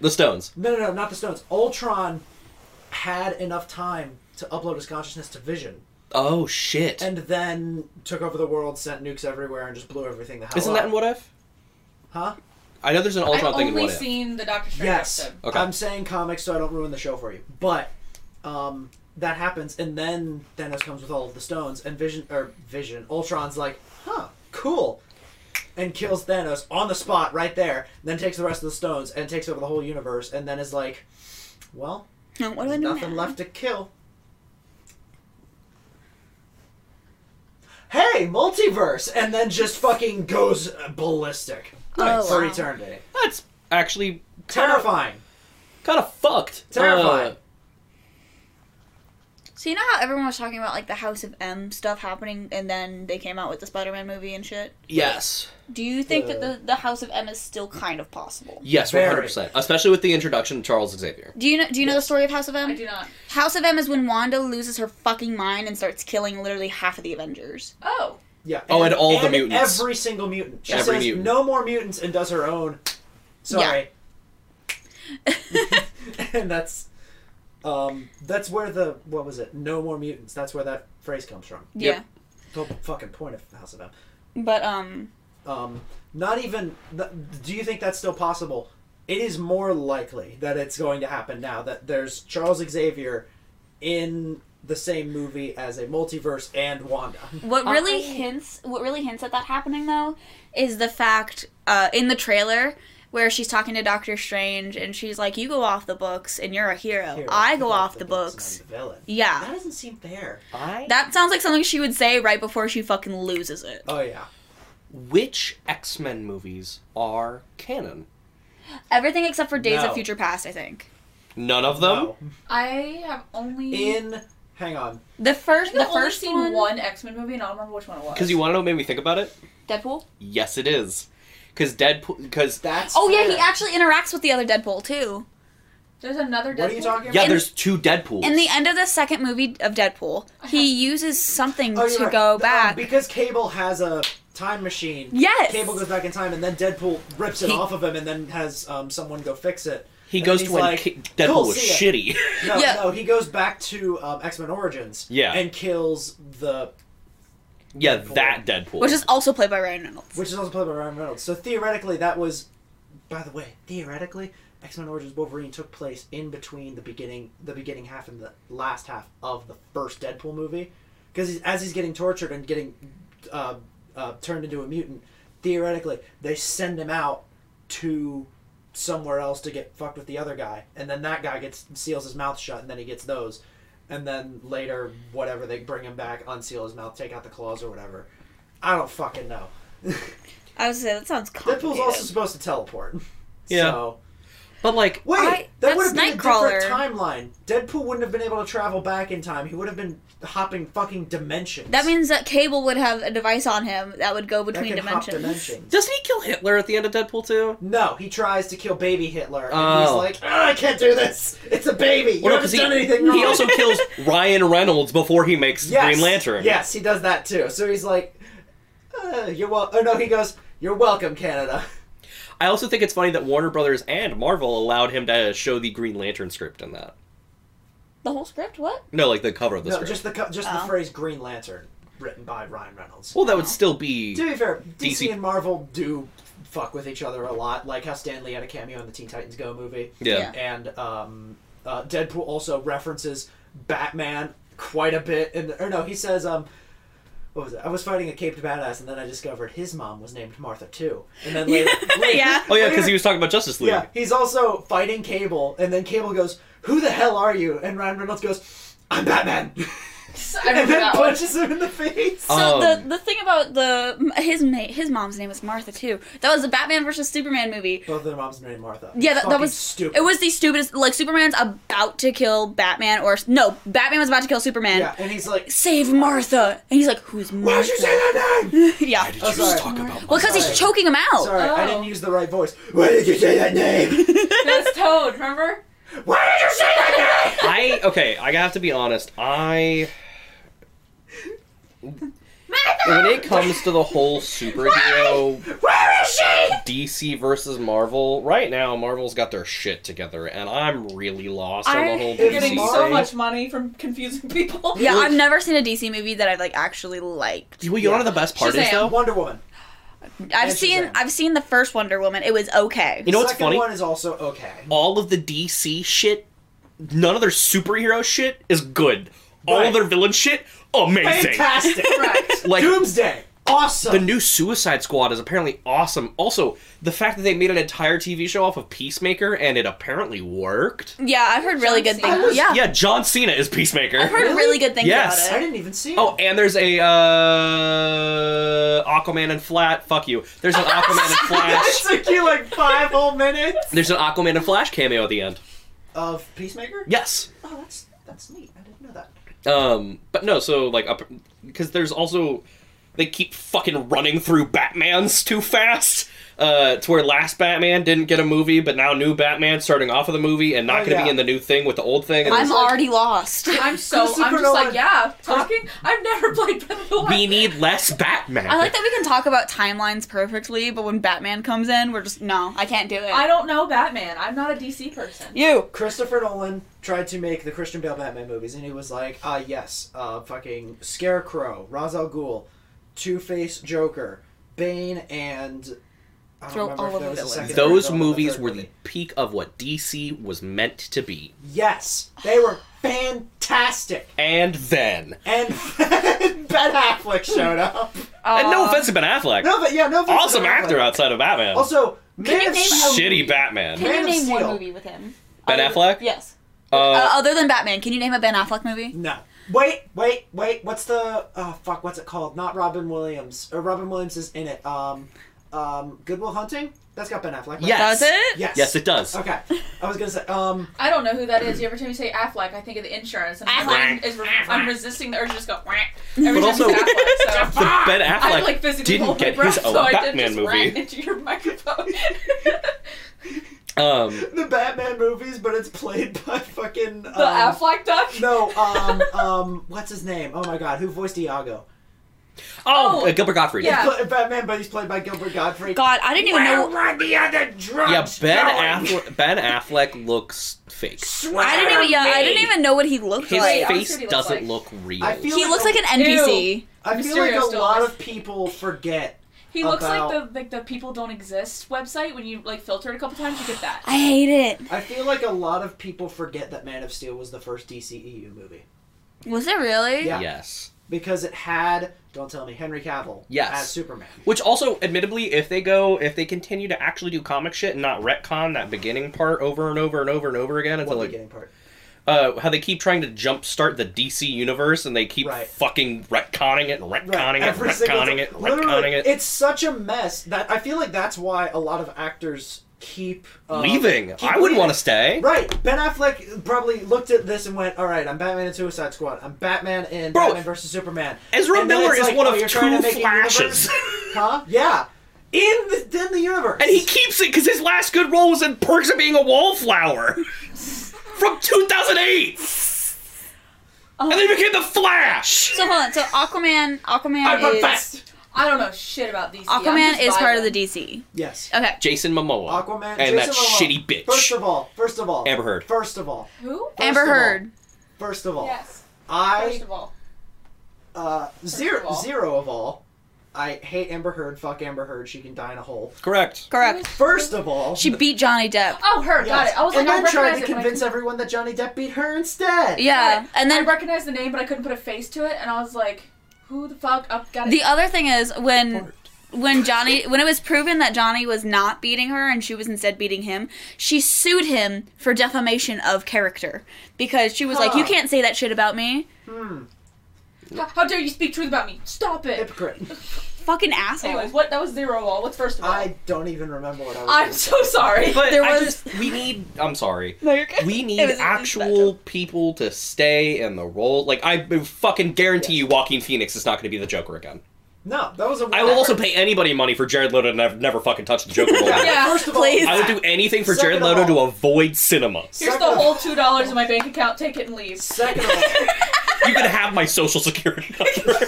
The Stones.
no, no, no, not the stones. Ultron had enough time to upload his consciousness to Vision,
Oh shit.
and then took over the world, sent nukes everywhere, and just blew everything the hell
Isn't
up.
that in What If?
huh?
I know there's an
I've
Ultron thing in
only
What If.
seen the Doctor Strange
Yes.
episode.
Okay.
I'm saying comics so I don't ruin the show for you. But um, that happens, and then Thanos comes with all of the stones, and Vision or Vision Ultron's like, huh, cool, and kills Thanos on the spot right there. Then takes the rest of the stones and takes over the whole universe, and then is like, well,
No, what do I
there's
do
nothing
now?
left to kill. Hey, multiverse, and then just fucking goes ballistic
Oh,
for
wow.
eternity.
That's actually
Terrifying.
kind of fucked.
Terrifying.
Uh,
So you know how everyone was talking about like the House of M stuff happening, and then they came out with the Spider-Man movie and shit.
yes.
Do you think that
Uh.
the the House of M is still kind of possible?
Yes,
Very.
100%. Especially with the introduction to Charles Xavier.
Do you know Do you know the story of House of M?
I do not.
House of M is when Wanda loses her fucking mind and starts killing literally half of the Avengers.
Oh,
Yeah.
Oh, and all the mutants.
Every single mutant. She
Every
says
mutant.
no more mutants and does her own. Sorry. and that's um that's where the what was it? No more mutants. That's where that phrase comes from.
Yep.
The whole fucking point of House of M.
Yeah, but um,
Um not even th- do you think that's still possible? It is more likely that it's going to happen now that there's Charles Xavier in the same movie as a multiverse and Wanda.
What really hints what really hints at that happening though is the fact uh, in the trailer where she's talking to Doctor Strange and she's like, "You go off the books and you're a hero.
Hero,
I
you
go off the books."
and I'm the villain. That
Yeah.
doesn't seem fair.
I
That sounds like something she would say right before she fucking loses it.
Oh yeah.
Which X Men movies are canon?
Everything except for Days
No.
of Future Past, I think.
None of them.
No.
I have only
In hang on.
The first,
the
the
I've only
first
seen
one,
one, X Men movie, and I don't remember which one it
uh,
was.
Because you want to know what made me think about it?
Deadpool.
Yes, it is. Because Deadpool. Because
That's
Oh yeah, he
fair.
actually interacts with the other Deadpool too.
There's another. Deadpool.
What are you talking
yeah,
about?
In-
there's two Deadpools.
In the end of the second movie of Deadpool, he uses something
Oh, you're
to
right.
go
Um,
back.
because Cable has a time machine.
Yes.
Cable goes back in time, and then Deadpool rips it
He-
off of him, and then has um, someone go fix it.
He
And
goes
he's
to when
like,
Ki- Deadpool
"Cool,
was
see ya."
shitty.
No,
Yeah.
no, he goes back to um, X Men Origins.
Yeah.
and kills the
yeah, that Deadpool.
which is also played by Ryan Reynolds.
which is also played by Ryan Reynolds. So theoretically, that was. By the way, theoretically, X Men Origins Wolverine took place in between the beginning, the beginning half and the last half of the first Deadpool movie, because he's, as he's getting tortured and getting uh, uh, turned into a mutant, theoretically they send him out to somewhere else to get fucked with the other guy, and then that guy gets seals his mouth shut, and then he gets those, and then later whatever they bring him back, unseal his mouth, take out the claws or whatever. I don't fucking know.
I was gonna say that sounds complicated.
Deadpool's also supposed to teleport.
Yeah.
So.
but like,
Wait,
I-
that would have
that's
been a
Nightcrawler.
different timeline. Deadpool wouldn't have been able to travel back in time. He would have been hopping fucking dimensions.
That means that Cable would have a device on him that would go
That
between
can hop
dimensions.
dimensions.
doesn't he kill Hitler at the end of Deadpool too?
No, he tries to kill baby Hitler, and he's
Oh.
like, "Ah, I can't do this. It's a baby. You
Well,
haven't
no, 'cause he-
done anything wrong.
He also kills Ryan Reynolds before he makes
yes,
Green Lantern.
Yes, he does that too. So he's like, uh, "You're well." Oh no, he goes, "You're welcome, Canada."
I also think it's funny that Warner Brothers and Marvel allowed him to show the Green Lantern script in that.
The whole script? What?
No, like the cover of the
no,
script.
just the co- just
Oh.
the phrase "Green Lantern," written by Ryan Reynolds.
Well, that would still be.
To be fair, DC,
DC
and Marvel do fuck with each other a lot, like how Stan Lee had a cameo in the Teen Titans Go movie.
yeah.
And um, uh, Deadpool also references Batman quite a bit. And or no, he says, um, what was it? I was fighting a caped badass, and then I discovered his mom was named Martha too. And then later, later-
Yeah.
Oh yeah,
later-
because he was talking about Justice League.
yeah, he's also fighting Cable, and then Cable goes, "Who the hell are you?" And Ryan Reynolds goes, "I'm Batman,"
I
and
remember
then
that one.
punches him in the face.
So
Um,
the the thing about the his ma- his mom's name was Martha too. That was the Batman versus Superman movie.
Both of their moms are named Martha.
Yeah, that, that
Fucking
was
stupid.
It was the stupidest. Like Superman's about to kill Batman, or no, Batman was about to kill Superman.
Yeah, and he's like,
Save Martha, and he's like, "Who's
Why'd
Martha?"
you say that name?
yeah.
Did
Oh,
you just
sorry.
talk about?
Well, because he's
Sorry.
choking him out.
Sorry, I
Oh.
didn't use the right voice. Why did you say that name?
That's Toad. Remember?
Why did you say that name?
I okay. I have to be honest. I when it comes to the whole superhero
Where is she?
DC versus Marvel, right now Marvel's got their shit together, and I'm really lost on
I-
the whole
You're
DC
You're getting
Marvel.
so
thing.
much money from confusing people.
yeah, I've never seen a DC movie that I've like actually liked.
Well, you know what the best part is
Shazam.
though.
Wonder Woman.
I've
And
seen
Shazam.
I've seen the first Wonder Woman. It was okay.
You know what's
Second
funny?
one is also okay.
All of the DC shit, none of their superhero shit is good. All
Right.
of their villain shit, amazing.
Fantastic.
Right.
Like
Doomsday. Awesome.
The new Suicide Squad is apparently awesome. Also, the fact that they made an entire TV show off of Peacemaker and it apparently worked.
Yeah, I've heard really
John
good
Cena.
things. yeah,
Yeah, John Cena is Peacemaker.
I've heard really, good things
Yes.
I
about it.
didn't even see it.
Oh, and there's a uh, Aquaman and Flat. Fuck you. There's an Aquaman and
That
Flash.
took you like five whole minutes.
There's an Aquaman and Flash cameo at the end.
Of Peacemaker?
Yes.
Oh, that's that's neat. I didn't know that.
Um, but no. So like, because there's also they keep fucking running through Batman's too fast. Uh, to where last Batman didn't get a movie, but now new Batman starting off of the movie and not
Oh,
going to
yeah.
be in the new thing with the old thing. And
I'm
it's-
already lost.
I'm so. I'm
Christopher
just like,
Nolan.
yeah, talking. I've never played Batman.
we need less Batman.
I like that we can talk about timelines perfectly, but when Batman comes in, we're just no, I can't do it.
I don't know Batman. I'm not a DC person.
you.
Christopher Nolan tried to make the Christian Bale Batman movies, and he was like, ah, yes, uh, fucking Scarecrow, Ra's al Ghul, Two Face Joker, Bane, and. I don't
Throw
remember
all
if
of
there
the
was a
villains.
second or
Those
third
movies
third
were the
movie.
peak of what DC was meant to be.
Yes! They were fantastic!
And then.
And Ben Affleck showed up.
and no offense to Ben Affleck.
No, but yeah, no. offense to
awesome
Ben Affleck.
actor outside of Batman.
Also,
Can you
Man of
name a-
Steel.
Shitty Batman.
Can
Man
you
of
name one
Steel.
movie with him?
Ben
Other-
Affleck?
Yes. uh,
Uh,
other than Batman, can you name a Ben Affleck movie?
No. Wait, wait, wait. What's the oh fuck? What's it called? Not Robin Williams. Or Robin Williams is in it. Um, um, Goodwill Hunting. That's got Ben Affleck. right?
Yes.
Does it?
Yes.
yes, it does.
Okay. I was gonna say. Um.
I don't know who that is. Every time you say Affleck, I think of the insurance. And my mind is re- I'm resisting the urge to just go. "Whack" Every
But
time you say
also-
Affleck, so.
The Ben
Ah, I
Affleck
like physically
didn't
hold my
get
breath,
his
so
own
I did
Batman
just
movie.
ran into your microphone.
um,
the Batman movies, but it's played by fucking um,
the Affleck duck.
No, um, um, what's his name? Oh my god, who voiced Iago?
oh,
Oh,
uh, Gilbert Gottfried.
yeah.
Pl- Batman, but he's played by Gilbert Godfrey.
God, I didn't even know.
are the other
Yeah,
drugs?
Ben
going?
Affleck, Ben Affleck looks fake.
I didn't even. Yeah, I didn't even know what he looked
His
like.
I'm
face
sure he looks
doesn't
like-
look real.
I feel-
He looks like an NPC.
I feel like
Mysterio
a
still
lot
is.
of people forget.
He looks like
About-
the like the people don't exist website. When you like filter it a couple times, you get that.
I hate it.
I feel like a lot of people forget that Man of Steel was the first DCEU movie
Was it really?
Yeah.
Yes.
because it had, don't tell me, Henry Cavill
Yes.
as Superman.
Which also, admittedly, if they go, if they continue to actually do comic shit and not retcon that beginning part over and over and over and over again
What
until like,
beginning part?
uh, how they keep trying to jumpstart the DC universe and they keep
Right.
fucking retconning it and retconning
Right,
it,
every single
retconning
ti-
it,
literally,
retconning it,
It's such a mess that I feel like that's why a lot of actors keep
uh,
um,
leaving.
keep
I wouldn't
leaving.
want to stay.
Right, Ben Affleck probably looked at this and went, "All right, I'm Batman in Suicide Squad. I'm Batman in
Bro,
Batman versus Superman."
Ezra
And then
Miller
it's
is
like,
one
oh,
of
you're trying to
two
make a universe?
flashes,
huh? Yeah, in the in the universe.
and he keeps it because his last good role was in Perks of Being a Wallflower from 2008, and then he became the Flash.
So hold on. So Aquaman, Aquaman
I'm the
is
best.
I don't know shit about these.
Aquaman is part of the DC.
yes.
Okay.
Jason Momoa,
Aquaman
and that
Jason Momoa.
shitty bitch.
First of all, first of all,
Amber Heard.
First of all,
Who?
First
Amber
of all-
Heard.
first of all,
Yes. First
I
of all,
uh,
of
zero
all.
zero of all. I hate Amber Heard. Fuck Amber Heard. She can die in a hole.
Correct.
Correct.
First of all,
She beat Johnny Depp.
oh her, got
Yes.
it. I was
and
like, I
then tried to
recognize it. but I
convince everyone that Johnny Depp beat her instead.
Yeah, and
I
then
recognized the name, but I couldn't put a face to it, and I was like, "Who the fuck up got
the other thing is when
Fart.
when Johnny when it was proven that Johnny was not beating her and she was instead beating him, she sued him for defamation of character because she was like,
Huh.
"You can't say that shit about me."
How, how dare you speak truth about me? Stop it!"
Hypocrite.
Fucking asshole.
Anyways, what that was zero all. What's first of all?
I don't even remember what I was.
I'm
gonna
so sorry.
But
There
I
was-
just we need. I'm sorry.
No, you're good.
We need
It was- it was a bad
actual people to stay in the role. Like I fucking guarantee you, Walking Phoenix is not going to be the Joker again.
No, that was a.
I will also pay anybody money for Jared Leto to nev- never fucking touch the Joker role.
Yeah.
again.
Yeah.
First of
Please.
all,
I would do anything for
Suck
Jared
it all.
Leto to avoid cinema.
Here's
Second
the
of-
whole two dollars in my bank account. Take it and leave.
Second of all,
You can have my social security number.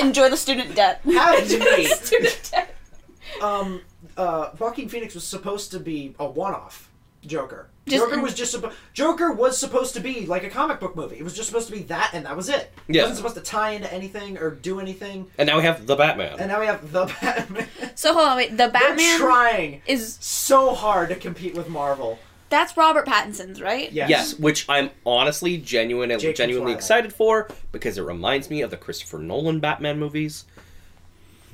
Enjoy the student debt.
have me.
Student debt.
Um, uh, Joaquin Phoenix was supposed to be a one-off Joker.
Just-
Joker was just supposed. Joker was supposed to be like a comic book movie. It was just supposed to be that, and that was it. It
Yeah.
wasn't supposed to tie into anything or do anything.
and now we have the Batman.
And now we have the Batman.
So hold on, wait. The
They're
Batman
trying
is
so hard to compete with Marvel.
that's Robert Pattinson's, right?
Yes.
Yes, which I'm honestly genuine,
Jake
genuinely
Flanagan.
excited for because it reminds me of the Christopher Nolan Batman movies.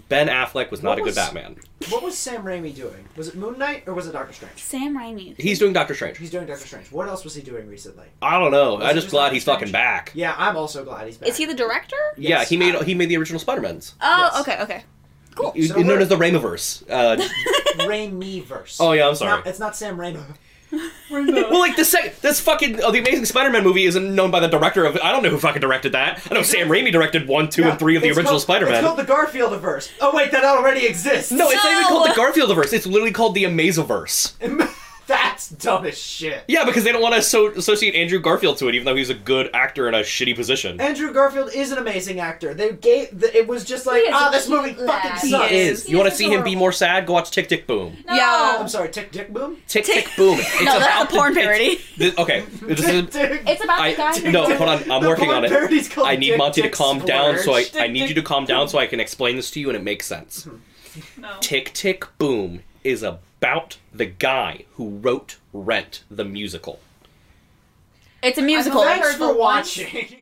Ben Affleck was not
What
a good
was-
Batman.
What was Sam Raimi doing? Was it Moon Knight or was it Doctor Strange?
Sam Raimi.
He's doing Doctor Strange.
He's doing Doctor Strange. What else was he doing recently?
I don't know.
Was
I'm
it
just
just
glad
Doctor
he's
Strange?
fucking back.
Yeah, I'm also glad he's back.
Is he the director?
Yeah,
Yes.
he made he made the original Spider-Mans.
Oh,
Yes.
okay, okay. Cool.
So
known
we're-
as the Raimiverse. Uh,
Raimi verse?
oh yeah, I'm sorry.
it's not Sam Raimi.
Well, like the second, this fucking oh, the Amazing Spider-Man movie isn't known by the director of. I don't know who fucking directed that. I know Sam Raimi directed one, two,
Yeah,
and three of the
it's
original
called- It's
Spider-Man.
called the Garfield verse. Oh wait, that already exists.
no, it's not even called
No!
the Garfield-verse. It's literally called the Amaziverse.
that's dumb as shit.
Yeah, because they don't want to so- associate Andrew Garfield to it, even though he's a good actor in a shitty position.
Andrew Garfield is an amazing actor. They gave the, it was just like
He is
ah,
a
this
cute
movie
lad.
fucking
He
sucks.
is.
You want to
He's
see him be
adorable.
more sad? Go watch Tick Tick Boom.
No.
Yeah.
I'm sorry, Tick Tick Boom.
Tick Tick Boom. It's
No, that's a
about the-
porn
it's-
parody.
This, okay, this is.
Tick, tick.
It's about
I-
the guy. who-
no, hold on. I'm
The
working
porn
on it.
parody's called
I need
Dick,
Monty
Dick,
to calm down, so I,
Splurge.
I need you to calm down so I can explain this to you and it makes sense.
No.
Tick Tick Boom is about the guy who wrote Rent the musical.
It's a musical.
I heard
Thanks
the
for
one-
watching.